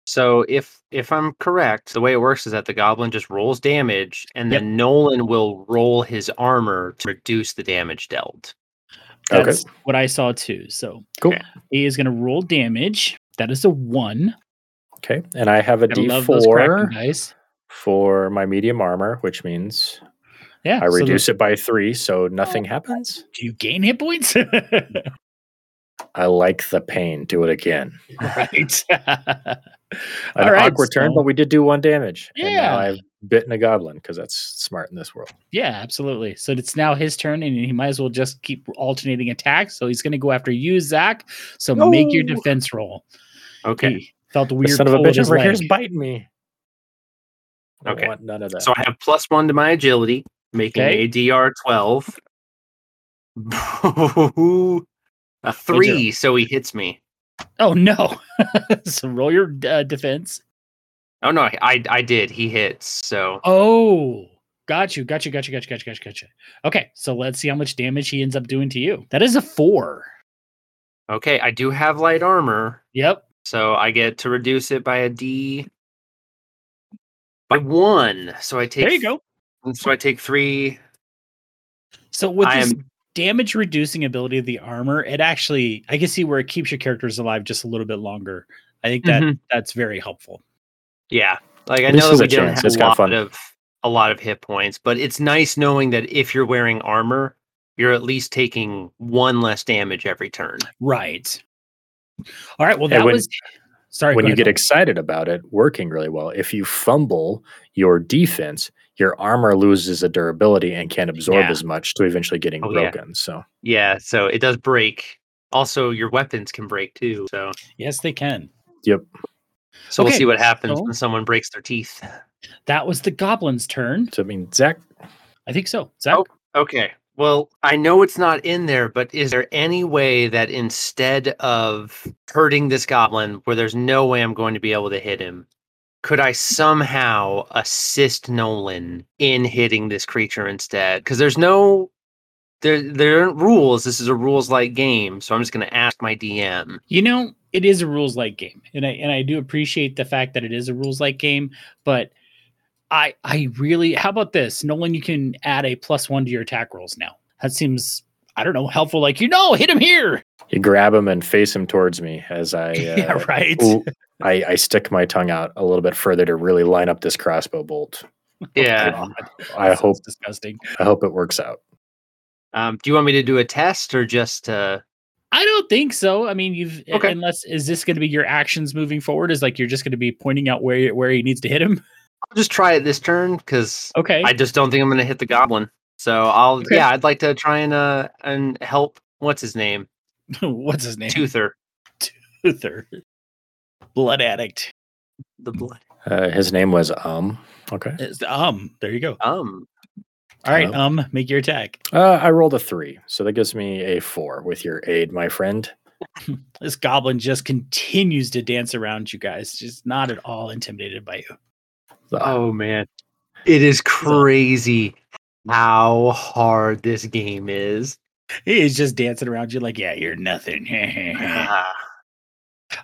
S3: So if if I'm correct, the way it works is that the goblin just rolls damage, and then Nolan will roll his armor to reduce the damage dealt.
S2: Okay.
S1: That's what I saw too. So
S2: Cool.
S1: he is going to roll damage. That is a one.
S2: Okay. And I have a
S1: Gotta love those
S2: d4
S1: Kraken dice.
S2: for my medium armor, which means
S1: Yeah.
S2: I
S1: so the-
S2: reduce it by three, so nothing
S1: Oh.
S2: happens.
S1: do you gain hit points?
S2: I like the pain. Do it again.
S1: right.
S2: An
S1: All right,
S2: awkward turn,
S1: so-
S2: but we did do one damage. And
S1: Yeah.
S2: now I've bitten a goblin because that's smart in this world.
S1: Yeah, absolutely. So it's now his turn, and he might as well just keep alternating attacks. So he's going to go after you, Zach. So make your
S3: No.
S1: defense roll.
S3: Okay.
S1: He felt a weird
S2: the son of a
S1: pull at
S2: bitch
S1: his
S2: over here is
S1: leg.
S2: biting me. I don't
S3: Okay.
S2: want none of that.
S3: So I have plus one to my agility, making
S1: Okay.
S3: a DR twelve. a three, so he hits me.
S1: Oh no! so roll your uh, defense.
S3: Oh no, I I did. He hits. So
S1: Oh, got you, got you, got you, got you, got you, got you, got you. Okay, so let's see how much damage he ends up doing to you. That is a four.
S3: okay, I do have light armor,
S1: Yep.
S3: so I get to reduce it by a D by one. So I take
S1: There you go.
S3: So I take three.
S1: So with
S3: I
S1: this
S3: am-
S1: damage reducing ability of the armor, it actually I can see where it keeps your characters alive just a little bit longer. I think
S2: Mm-hmm.
S1: that
S3: Mhm.
S1: that's very helpful.
S3: Yeah, like I
S2: At least
S3: know
S2: there's
S3: that we
S2: a
S3: don't
S2: chance.
S3: have
S2: It's
S3: a
S2: kinda
S3: lot
S2: fun.
S3: of a lot of hit points, but it's nice knowing that if you're wearing armor, you're at least taking one less damage every turn.
S1: Right. All right. Well,
S2: And
S1: that
S2: when-
S1: was. Sorry.
S2: when
S1: go
S2: you
S1: ahead.
S2: get excited about it, working really well. If you fumble your defense, your armor loses a durability and can't absorb
S3: Yeah.
S2: as much to eventually getting
S3: Oh, yeah.
S2: broken. So
S3: Yeah, so it does break. Also, your weapons can break too. So,
S1: yes, they can.
S3: so we'll
S1: Okay,
S3: see what happens
S1: so-
S3: when someone breaks their teeth.
S1: That was the goblin's turn.
S2: so I mean, Zach,
S1: I think so. Zach.
S3: Oh. Okay. Well, I know it's not in there, but is there any way that instead of hurting this goblin, where there's no way I'm going to be able to hit him, could I somehow assist Nolan in hitting this creature instead? Because there's no there there aren't rules. This is a rules like game, so I'm just going to ask my DM.
S1: You know, it is a rules like game, and I and I do appreciate the fact that it is a rules like game, but. I, I really how about this nolan you can add a plus one to your attack rolls now that seems i don't know helpful like you know hit him here
S2: you grab him and face him towards me as I, uh,
S1: yeah right
S2: ooh, I, I stick my tongue out a little bit further to really line up this crossbow bolt.
S3: Yeah.
S1: God,
S2: I
S1: that
S2: hope
S1: sounds disgusting
S2: I hope it works out.
S3: Um, do you want me to do a test or just uh
S1: I don't think so. I mean, you've okay. unless is this going to be your actions moving forward? Is like you're just going to be pointing out where where he needs to hit him?
S3: I'll just try it this turn because
S1: okay,
S3: I just don't think I'm going to hit the goblin. So I'll okay. yeah, I'd like to try and uh and help. What's his name?
S1: What's his name?
S3: Toother.
S1: Toother. Blood addict.
S3: The
S1: Mm.
S3: blood.
S2: Uh, his name was um. Okay.
S1: It's, um. There you go.
S3: Um.
S1: All right, um, make your attack.
S2: Uh, I rolled a three, so that gives me a four with your aid, my friend.
S1: this goblin just continues to dance around you guys, just not at all intimidated by you.
S3: Oh man, it is crazy how hard this game is.
S1: He's just dancing around you like, yeah, you're nothing.
S3: Ah,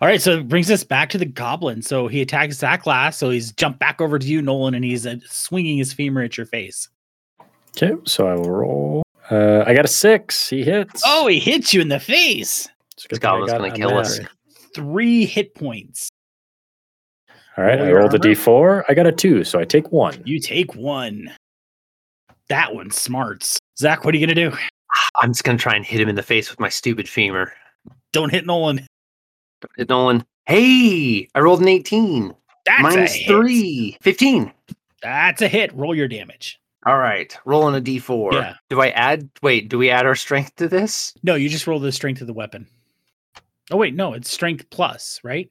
S1: all right, so it brings us back to the goblin. So he attacks Zach last, so he's jumped back over to you, Nolan, and he's uh, swinging his femur at your face.
S2: Okay, so I will roll. Uh, I got a six. He hits.
S1: Oh, he hits you in the face.
S3: This goblin's gonna kill there. us.
S1: Three hit points.
S2: All right, roll I rolled armor. a d4. I got a two, so I take one.
S1: You take one. That one smarts. Zach, what are you gonna do?
S3: I'm just gonna try and hit him in the face with my stupid femur.
S1: Don't hit Nolan.
S3: Don't hit Nolan. Hey, I rolled an 18.
S1: That's
S3: Minus three. 15.
S1: That's a hit. Roll your damage.
S3: All right, rolling a d4.
S1: Yeah.
S3: Do I add? Wait, do we add our strength to this?
S1: No, you just roll the strength of the weapon. Oh wait, no, it's strength plus, right?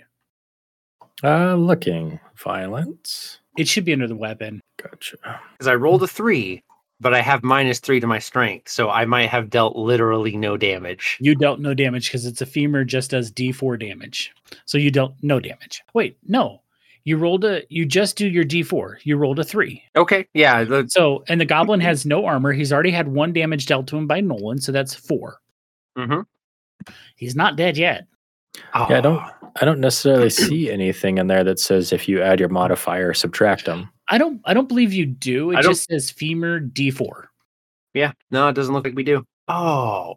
S2: Uh, looking violence.
S1: It should be under the weapon.
S2: Gotcha.
S3: Because I rolled a three, but I have minus three to my strength, so I might have dealt literally no damage.
S1: You dealt no damage because it's a femur, just does d4 damage, so you dealt no damage. Wait, no, you rolled a you just do your d4 you rolled a three
S3: okay yeah the,
S1: so and the goblin has no armor he's already had one damage dealt to him by nolan so that's 4
S3: mm-hmm.
S1: he's not dead yet
S2: yeah, oh. i don't i don't necessarily see anything in there that says if you add your modifier subtract them
S1: i don't i don't believe you do it just says femur d4
S3: yeah no it doesn't look like we do oh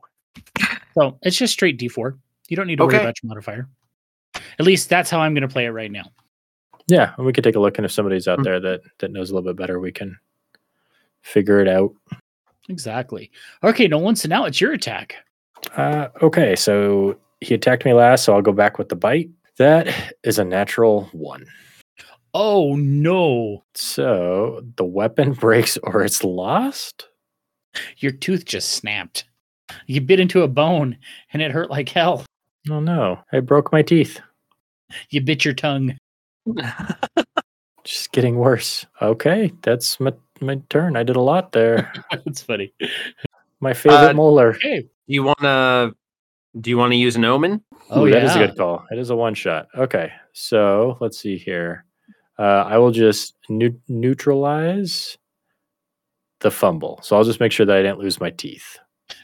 S1: so it's just straight d4 you don't need to okay. worry about your modifier at least that's how i'm going to play it right now
S2: yeah, and we could take a look, and if somebody's
S3: Hmm.
S2: out there that that knows a little bit better, we can figure it out.
S1: Exactly. Okay, Nolan. So now it's your attack.
S2: Uh, okay, so he attacked me last, so I'll go back with the bite. That is a natural one.
S1: Oh no!
S2: So the weapon breaks or it's lost.
S1: Your tooth just snapped. You bit into a bone, and it hurt like hell.
S2: Oh no! I broke my teeth.
S1: You bit your tongue.
S2: just getting worse. Okay, that's my my turn. I did a lot there.
S1: that's funny.
S2: My favorite uh, molar.
S1: Hey,
S3: you wanna do you wanna use an omen?
S2: Oh, Ooh, yeah. that is a good call. It is a one shot. Okay, so let's see here. Uh, I will just ne- neutralize the fumble. So I'll just make sure that I didn't lose my teeth.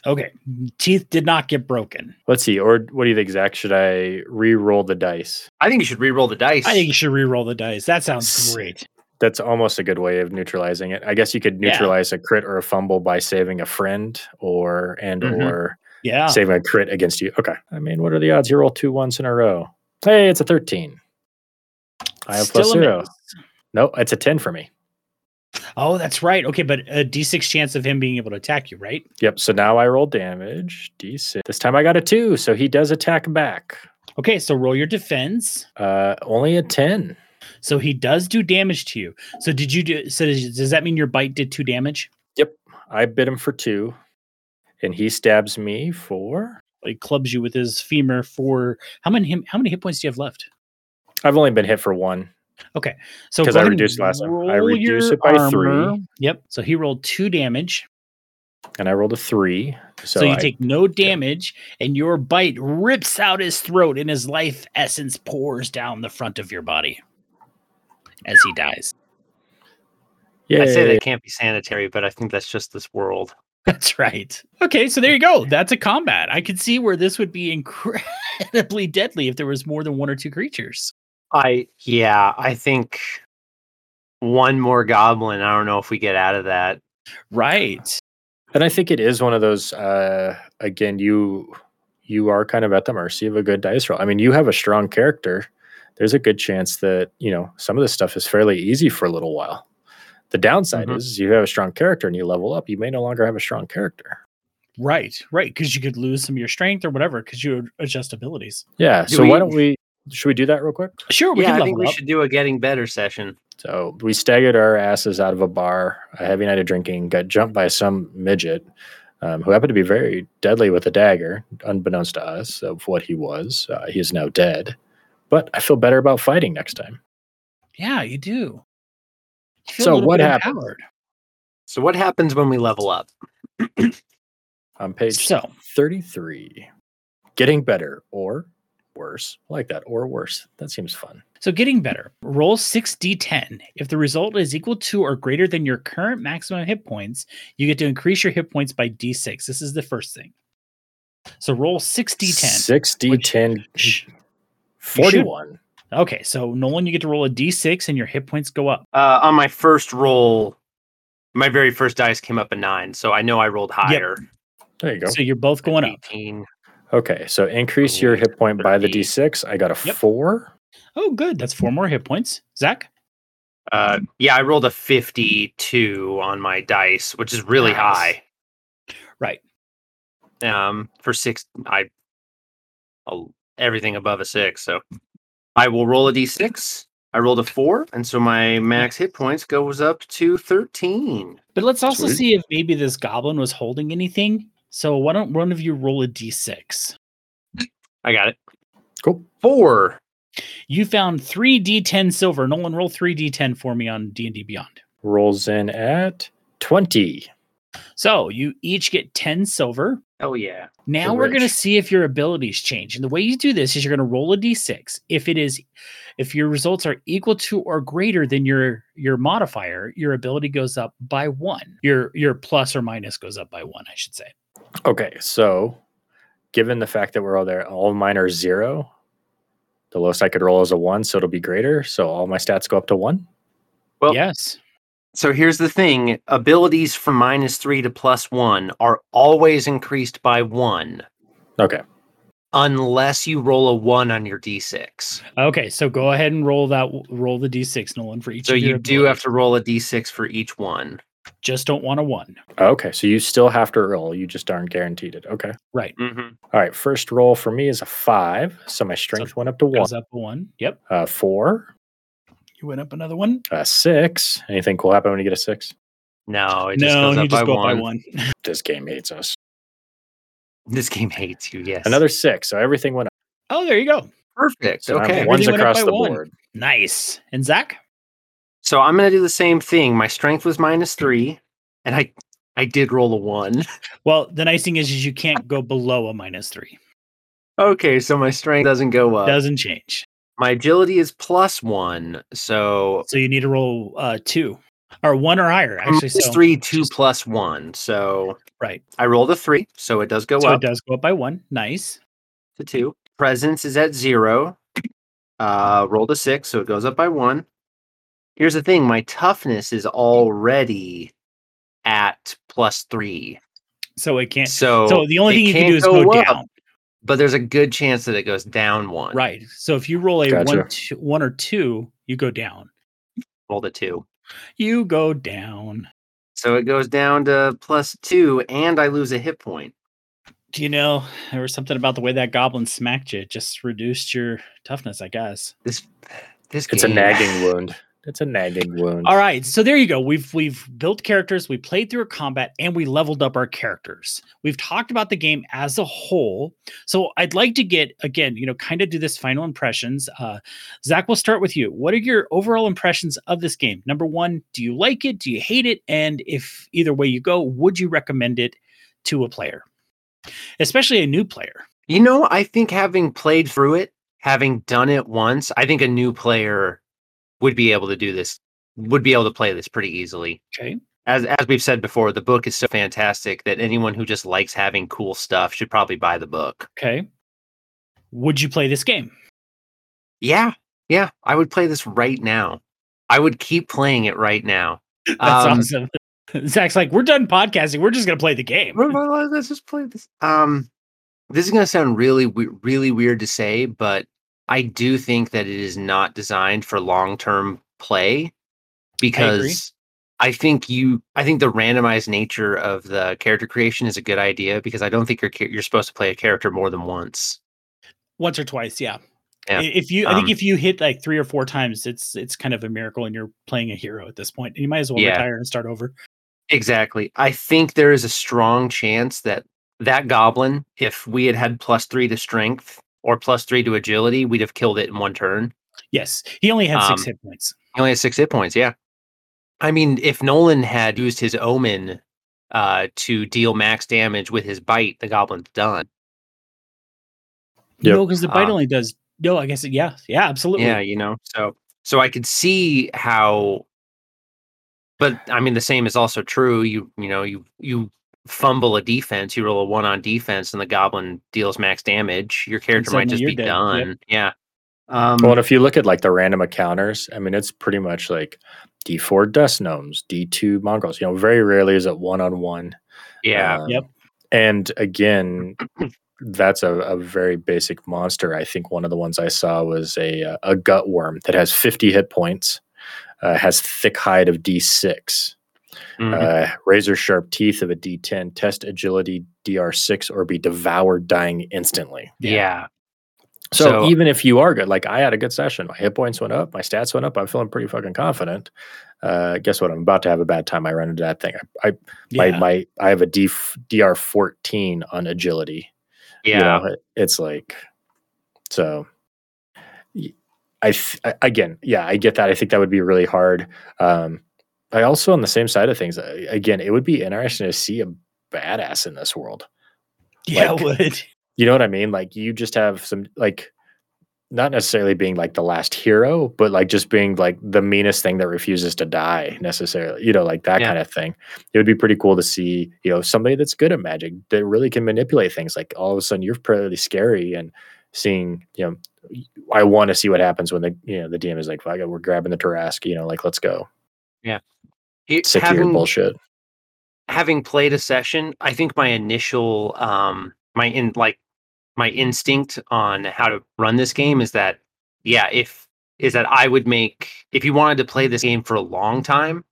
S1: Okay, teeth did not get broken.
S2: Let's see. Or what do you think, Zach? Should I re-roll the dice?
S3: I think you should re-roll the dice.
S1: I think you should re-roll the dice. That sounds great.
S2: That's almost a good way of neutralizing it. I guess you could neutralize yeah. a crit or a fumble by saving a friend, or and mm-hmm. or
S1: yeah,
S2: saving a crit against you. Okay. I mean, what are the odds you roll two ones in a row? Hey, it's a thirteen. I have Still plus zero. Miss. No, it's a ten for me.
S1: Oh, that's right. Okay, but a d6 chance of him being able to attack you, right?
S2: Yep. So now I roll damage. D6. This time I got a two, so he does attack back.
S1: Okay, so roll your defense.
S2: Uh, only a ten.
S1: So he does do damage to you. So did you do? So does, does that mean your bite did two damage?
S2: Yep. I bit him for two, and he stabs me for.
S1: He clubs you with his femur for how many? How many hit points do you have left?
S2: I've only been hit for one.
S1: Okay.
S2: So because I reduced last time, I reduced it by armor. three.
S1: Yep. So he rolled two damage.
S2: And I rolled a three.
S1: So, so you I, take no damage, yeah. and your bite rips out his throat, and his life essence pours down the front of your body as he dies.
S3: Yeah. I say that can't be sanitary, but I think that's just this world.
S1: That's right. Okay, so there you go. That's a combat. I could see where this would be incredibly deadly if there was more than one or two creatures.
S3: I yeah, I think one more goblin. I don't know if we get out of that.
S1: Right.
S2: And I think it is one of those uh again you you are kind of at the mercy of a good dice roll. I mean, you have a strong character. There's a good chance that, you know, some of this stuff is fairly easy for a little while. The downside mm-hmm. is you have a strong character and you level up, you may no longer have a strong character.
S1: Right, right. Because you could lose some of your strength or whatever because you adjust abilities.
S2: Yeah.
S3: Do
S2: so
S3: we-
S2: why don't we? Should we do that real quick?
S1: Sure, Oh, we
S3: yeah,
S1: can
S3: I
S1: level
S3: think we
S1: up.
S3: should do a getting better session.
S2: So we staggered our asses out of a bar, a heavy night of drinking, got jumped by some midget um, who happened to be very deadly with a dagger, unbeknownst to us of what he was. Uh, he is now dead. But I feel better about fighting next time.
S1: Yeah, you do. You feel a
S2: So
S1: little
S2: what
S1: bit
S2: happened?
S1: empowered.
S3: So what happens when we level up?
S2: On page
S1: So
S2: 33, getting better or worse. I like that, or worse. That seems fun.
S1: So, getting better, roll 6d10. If the result is equal to or greater than your current maximum hit points, you get to increase your hit points by d6. This is the first thing. So, roll 6d10.
S2: 6D10.
S1: Shh.
S2: 41.
S1: Okay, so Nolan, you get to roll a d6 and your hit points go up.
S3: Uh, on my first roll, my very first dice came up a nine, so I know I rolled higher.
S2: There you go.
S1: So, you're both going up.
S3: 18.
S2: Okay, so increase your hit point by the
S3: 30.
S2: d6. I got a
S1: Yep.
S2: four.
S1: Oh, good. That's four more hit points. Zach?
S3: Uh, yeah, I rolled a 52 on my dice, which is really
S1: Nice. Right.
S3: high. Um, for six, I I'll- everything above a six. So I will roll a d6. I rolled a four, and so my max hit points goes up to 13.
S1: But let's also
S2: Sweet.
S1: see if maybe this goblin was holding anything. So, why don't one of you roll a d6?
S3: I got it.
S2: Cool.
S3: Four.
S1: You found 3d10 silver. Nolan, roll 3d10 for me on D&D Beyond.
S2: Rolls in at 20.
S1: So you each get 10 silver.
S3: Oh yeah.
S1: Now we're going to
S2: Rich.
S1: see if your abilities change. And the way you do this is you're going to roll a d6. If it is if your results are equal to or greater than your your modifier, your ability goes up by 1. Your your plus or minus goes up by 1, I should say.
S2: Okay, so given the fact that we're all there, all of mine are zero. The lowest I could roll is a one, so it'll be greater. So all my stats go up to one.
S3: Well-
S1: yes.
S3: So here's the thing: abilities from minus three to plus one are always increased by one,
S2: Okay.
S3: unless you roll a one on your d6.
S1: Okay, so go ahead and roll that roll the d6 Nolan for each
S3: So
S1: of your
S3: you do have
S1: abilities.
S3: to roll a d6 for each one.
S1: just don't want a 1.
S2: Okay, so you still have to roll. You just aren't guaranteed it. Okay.
S3: Mm-hmm.
S2: All right, first roll for me is a five. So my strength went up to one.
S1: Goes up a 1. Yep.
S2: Uh, four,
S1: You went up another one?
S2: a six. Anything cool happen when you get a six?
S3: No, it just
S1: No,
S3: goes
S1: you
S3: up,
S1: just
S3: by,
S1: go
S3: one.
S1: up by 1.
S2: This game hates us.
S3: This game hates you. Yes.
S2: Another six. So everything went up.
S1: Oh, there you go.
S3: perfect.
S2: So I'm
S3: okay.
S2: one's
S1: Everything went up
S2: across
S1: by
S2: the
S1: one.
S2: board.
S1: Nice. And Zach?
S3: So I'm gonna do the same thing. My strength was minus three, and I I did roll a one.
S1: Well, the nice thing is, is you can't go below a minus three.
S3: Okay, so my strength doesn't go up.
S1: Doesn't change.
S3: my agility is plus one, so
S1: So you need to roll uh two or one or higher. Actually,
S3: Minus
S1: so,
S3: three, two
S1: just-
S3: plus one. So
S1: Right.
S3: I rolled a three, so it does go
S1: so it
S3: up
S1: does go up by one. Nice.
S3: to two. Presence is at zero. Uh, rolled a six, so it goes up by one. Here's the thing: my toughness is already at plus three.
S1: So it can't.
S3: So,
S1: So the only
S3: it
S1: thing you can
S3: can't
S1: do is go,
S3: up,
S1: down.
S3: but there's a good chance that it goes down one.
S1: Right. So if you roll a one,
S2: Gotcha.
S1: two, one or two, you go down.
S3: Rolled a two,
S1: You go down.
S3: so it goes down to plus two, and I lose a hit point.
S1: Do you know there was something about the way that goblin smacked you? It just reduced your toughness, I guess.
S3: This, this
S2: It's a
S3: game-
S2: nagging wound. It's a nagging wound.
S1: All right, so there you go. We've we've built characters, we played through a combat, and we leveled up our characters. We've talked about the game as a whole. So I'd like to get again, you know, kind of do this final impressions. Uh, Zach, we'll start with you. What are your overall impressions of this game? Number one, do you like it? Do you hate it? And if either way you go, would you recommend it to a player, especially a new player?
S3: You know, I think having played through it, having done it once, I think a new player would be able to do this, would be able to play this pretty easily.
S1: Okay,
S3: As as we've said before, the book is so fantastic that anyone who just likes having cool stuff should probably buy the book.
S1: okay. Would you play this game?
S3: Yeah. Yeah, I would play this right now. I would keep playing it right now.
S1: That's
S3: Um,
S1: awesome. Zach's like, we're done podcasting. We're just gonna play the game.
S3: Well, well, well, Let's just play this. Um, this is going to sound really, we- really weird to say, but I do think that it is not designed for long term play because I think you I think the randomized nature of the character creation is a good idea because I don't think you're you're supposed to play a character more than once.
S1: Once or twice, yeah. yeah. If you I think um, if you hit like 3 or 4 times it's it's kind of a miracle and you're playing a hero at this point. You might as well yeah. retire and start over.
S3: Exactly. I think there is a strong chance that that goblin if we had had plus 3 to strength or plus 3 to agility, we'd have killed it in one turn.
S1: Yes. He only had 6 um, hit points.
S3: He only had 6 hit points, yeah. I mean, if Nolan had used his omen uh, to deal max damage with his bite, the goblin's done.
S1: Yep. No, because the bite um, only does. No, I guess yeah, yeah, absolutely.
S3: Yeah, you know, so so I could see how. But I mean, the same is also true. You you know you you fumble a defense, you roll a one on defense, and the goblin deals max damage. Your character might just be dead. done. Yep. Yeah.
S2: Um,
S3: Mm.
S2: well, if you look at like the random encounters, I mean, it's pretty much like D4 dust gnomes, D2 mongrels. You know, very rarely is it one on one.
S3: Yeah.
S2: uh,
S1: Um, yep.
S2: And again, that's a, a, very basic monster. I think one of the ones I saw was a uh, a gut worm that has 50 hit points, uh, has thick hide of D6, mm-hmm. uh, razor sharp teeth of a D10, test agility DR6, or be devoured, dying instantly.
S3: yeah. yeah.
S2: So, so, even if you are good, like I had a good session, my hit points went up, my stats went up. I'm feeling pretty fucking confident. Uh, guess what? I'm about to have a bad time. I run into that thing. I, I yeah. my, my, I have a D, DR 14 on agility.
S3: Yeah, you know,
S2: it, it's like so. I, I again, yeah, I get that. I think that would be really hard. Um, I also on the same side of things. uh, Again, it would be interesting to see a badass in this world.
S1: Yeah, like, would.
S2: You know what I mean? Like you just have some like not necessarily being like the last hero, but like just being like the meanest thing that refuses to die necessarily, you know, like that yeah. kind of thing. It would be pretty cool to see, you know, somebody that's good at magic that really can manipulate things. Like all of a sudden you're pretty scary and seeing, you know, I want to see what happens when the, you know, the DM is like, we're grabbing the Tarask, you know, like, let's go.
S3: Yeah.
S2: It, Sick having, of your bullshit.
S3: Having played a session, I think my initial, um, my in like my instinct on how to run this game is that yeah if is that i would make if you wanted to play this game for a long time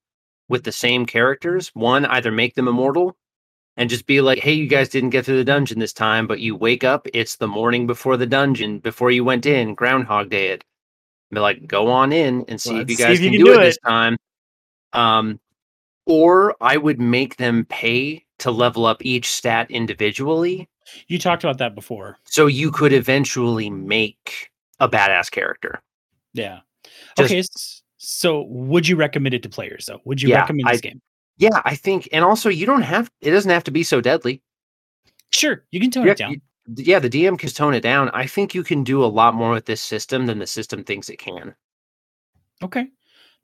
S3: with the same characters one either make them immortal and just be like hey you guys didn't get through the dungeon this time but you wake up it's the morning before the dungeon before you went in groundhog day it be like go on in and see Let's if you guys if you can, can, do, do it, it this time um or i would make them pay to level up each stat individually
S1: you talked about that before.
S3: So you could eventually make a badass character.
S1: Yeah. Just, okay. So would you recommend it to players though? Would you yeah, recommend this
S3: I,
S1: game?
S3: Yeah, I think and also you don't have it doesn't have to be so deadly.
S1: Sure, you can tone You're, it down.
S3: You, yeah, the DM can tone it down. I think you can do a lot more with this system than the system thinks it can.
S1: Okay.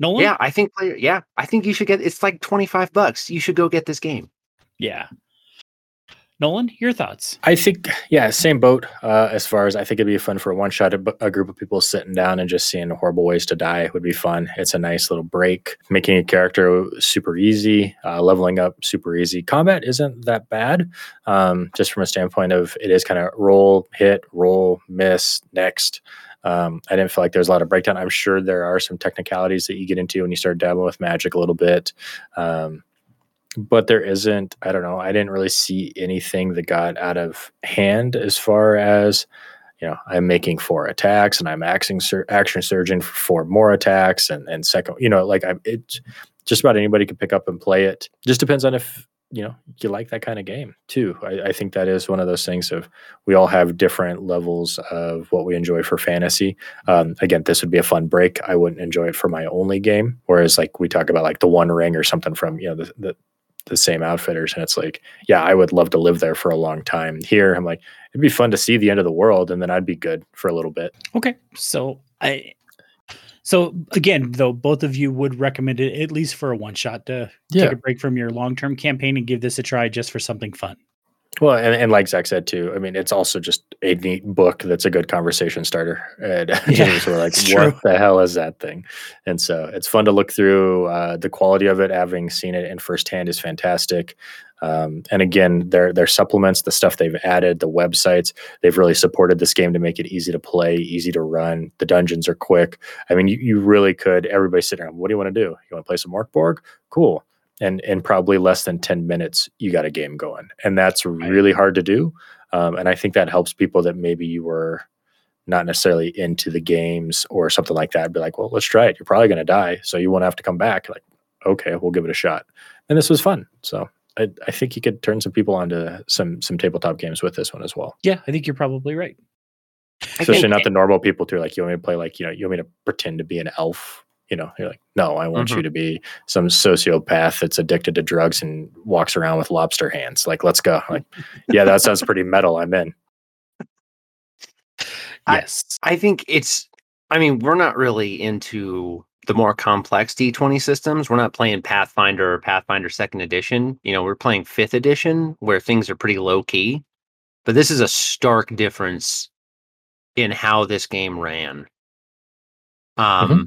S3: Nolan? Yeah, I think player yeah, I think you should get it's like 25 bucks. You should go get this game.
S1: Yeah, Nolan, your thoughts?
S2: I think, yeah, same boat. Uh, as far as I think it'd be fun for a one shot, a, a, group of people sitting down and just seeing horrible ways to die would be fun. It's a nice little break. Making a character super easy, uh, leveling up super easy. Combat isn't that bad, um, just from a standpoint of it is kind of roll, hit, roll, miss, next. Um, I didn't feel like there was a lot of breakdown. I'm sure there are some technicalities that you get into when you start dabbling with magic a little bit. Um, but there isn't i don't know i didn't really see anything that got out of hand as far as you know i'm making four attacks and i'm action, sur- action surgeon for four more attacks and and second you know like i it just about anybody could pick up and play it just depends on if you know you like that kind of game too I, I think that is one of those things of we all have different levels of what we enjoy for fantasy um, again this would be a fun break i wouldn't enjoy it for my only game whereas like we talk about like the one ring or something from you know the, the the same outfitters and it's like yeah i would love to live there for a long time here i'm like it'd be fun to see the end of the world and then i'd be good for a little bit
S1: okay so i so again though both of you would recommend it at least for a one shot to yeah. take a break from your long-term campaign and give this a try just for something fun
S2: Well, and, and like Zach said too, I mean, it's also just a neat book that's a good conversation starter. And yeah, we're like, what the hell is that thing? And so it's fun to look through. Uh, the quality of it, having seen it in firsthand, is fantastic. Um, and again, their their supplements, the stuff they've added, the websites, they've really supported this game to make it easy to play, easy to run. The dungeons are quick. I mean, you, you really could. Everybody's sitting around. What do you want to do? You want to play some Morkborg? Cool and in probably less than 10 minutes you got a game going and that's really hard to do um, and i think that helps people that maybe you were not necessarily into the games or something like that be like well let's try it you're probably going to die so you won't have to come back like okay we'll give it a shot and this was fun so I, I think you could turn some people onto some some tabletop games with this one as well
S1: yeah i think you're probably right
S2: especially think- not the normal people too like you want me to play like you know you want me to pretend to be an elf you know you're like no i want mm-hmm. you to be some sociopath that's addicted to drugs and walks around with lobster hands like let's go like yeah that sounds pretty metal i'm in
S1: yes
S3: I, I, think it's i mean we're not really into the more complex d20 systems we're not playing pathfinder or pathfinder second edition you know we're playing fifth edition where things are pretty low key but this is a stark difference in how this game ran um mm-hmm.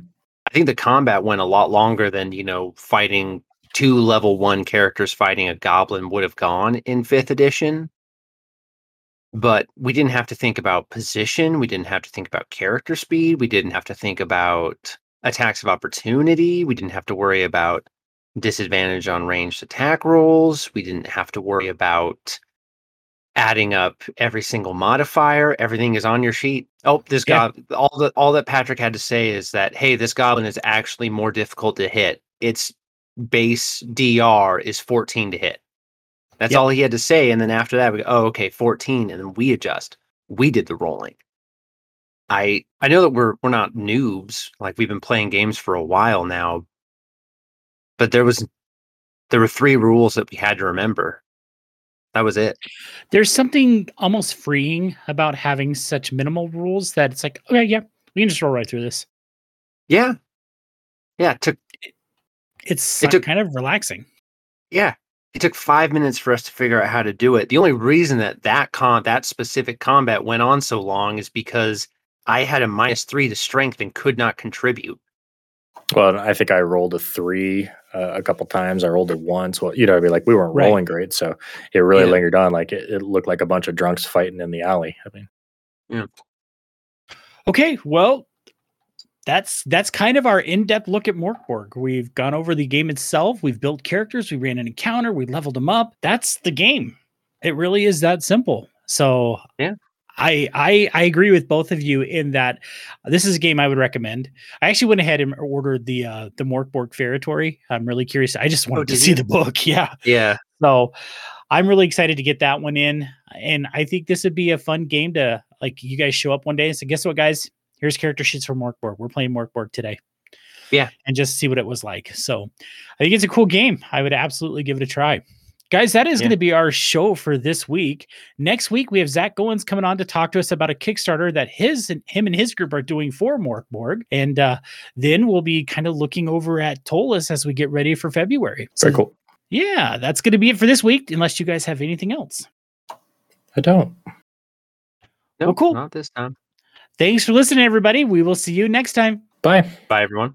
S3: I think the combat went a lot longer than you know fighting two level one characters fighting a goblin would have gone in fifth edition. But we didn't have to think about position. We didn't have to think about character speed. We didn't have to think about attacks of opportunity. We didn't have to worry about disadvantage on ranged attack rolls. We didn't have to worry about adding up every single modifier. Everything is on your sheet. Oh, this yeah. goblin. All that all that Patrick had to say is that hey, this goblin is actually more difficult to hit. Its base DR is 14 to hit. That's yeah. all he had to say. And then after that, we go, oh, okay, 14, and then we adjust. We did the rolling. I I know that we're we're not noobs. Like we've been playing games for a while now, but there was there were three rules that we had to remember that was it.
S1: There's something almost freeing about having such minimal rules that it's like, okay, yeah, we can just roll right through this.
S3: Yeah. Yeah. It took
S1: it's it took, kind of relaxing.
S3: Yeah. It took five minutes for us to figure out how to do it. The only reason that that con that specific combat went on so long is because I had a minus three to strength and could not contribute.
S2: Well, I think I rolled a three uh, a couple times. I rolled a one. So, you know, I mean, like we weren't right. rolling great. So it really yeah. lingered on. Like it, it, looked like a bunch of drunks fighting in the alley. I mean,
S3: yeah.
S1: Okay. Well, that's that's kind of our in-depth look at Morkborg. We've gone over the game itself. We've built characters. We ran an encounter. We leveled them up. That's the game. It really is that simple. So
S3: yeah,
S1: I, I, I agree with both of you in that this is a game I would recommend. I actually went ahead and ordered the uh, the Morkborg Ferritory. I'm really curious. I just wanted oh, to see you? the book. Yeah.
S3: Yeah.
S1: So I'm really excited to get that one in. And I think this would be a fun game to like you guys show up one day and say, guess what, guys? Here's character sheets for Morkborg. We're playing Morkborg today.
S3: Yeah.
S1: And just see what it was like. So I think it's a cool game. I would absolutely give it a try guys that is yeah. going to be our show for this week next week we have zach goins coming on to talk to us about a kickstarter that his and him and his group are doing for morkborg and uh, then we'll be kind of looking over at tolus as we get ready for february
S2: so, very cool
S1: yeah that's going to be it for this week unless you guys have anything else
S2: i don't
S1: no well, cool
S3: not this time
S1: thanks for listening everybody we will see you next time
S2: bye
S3: bye everyone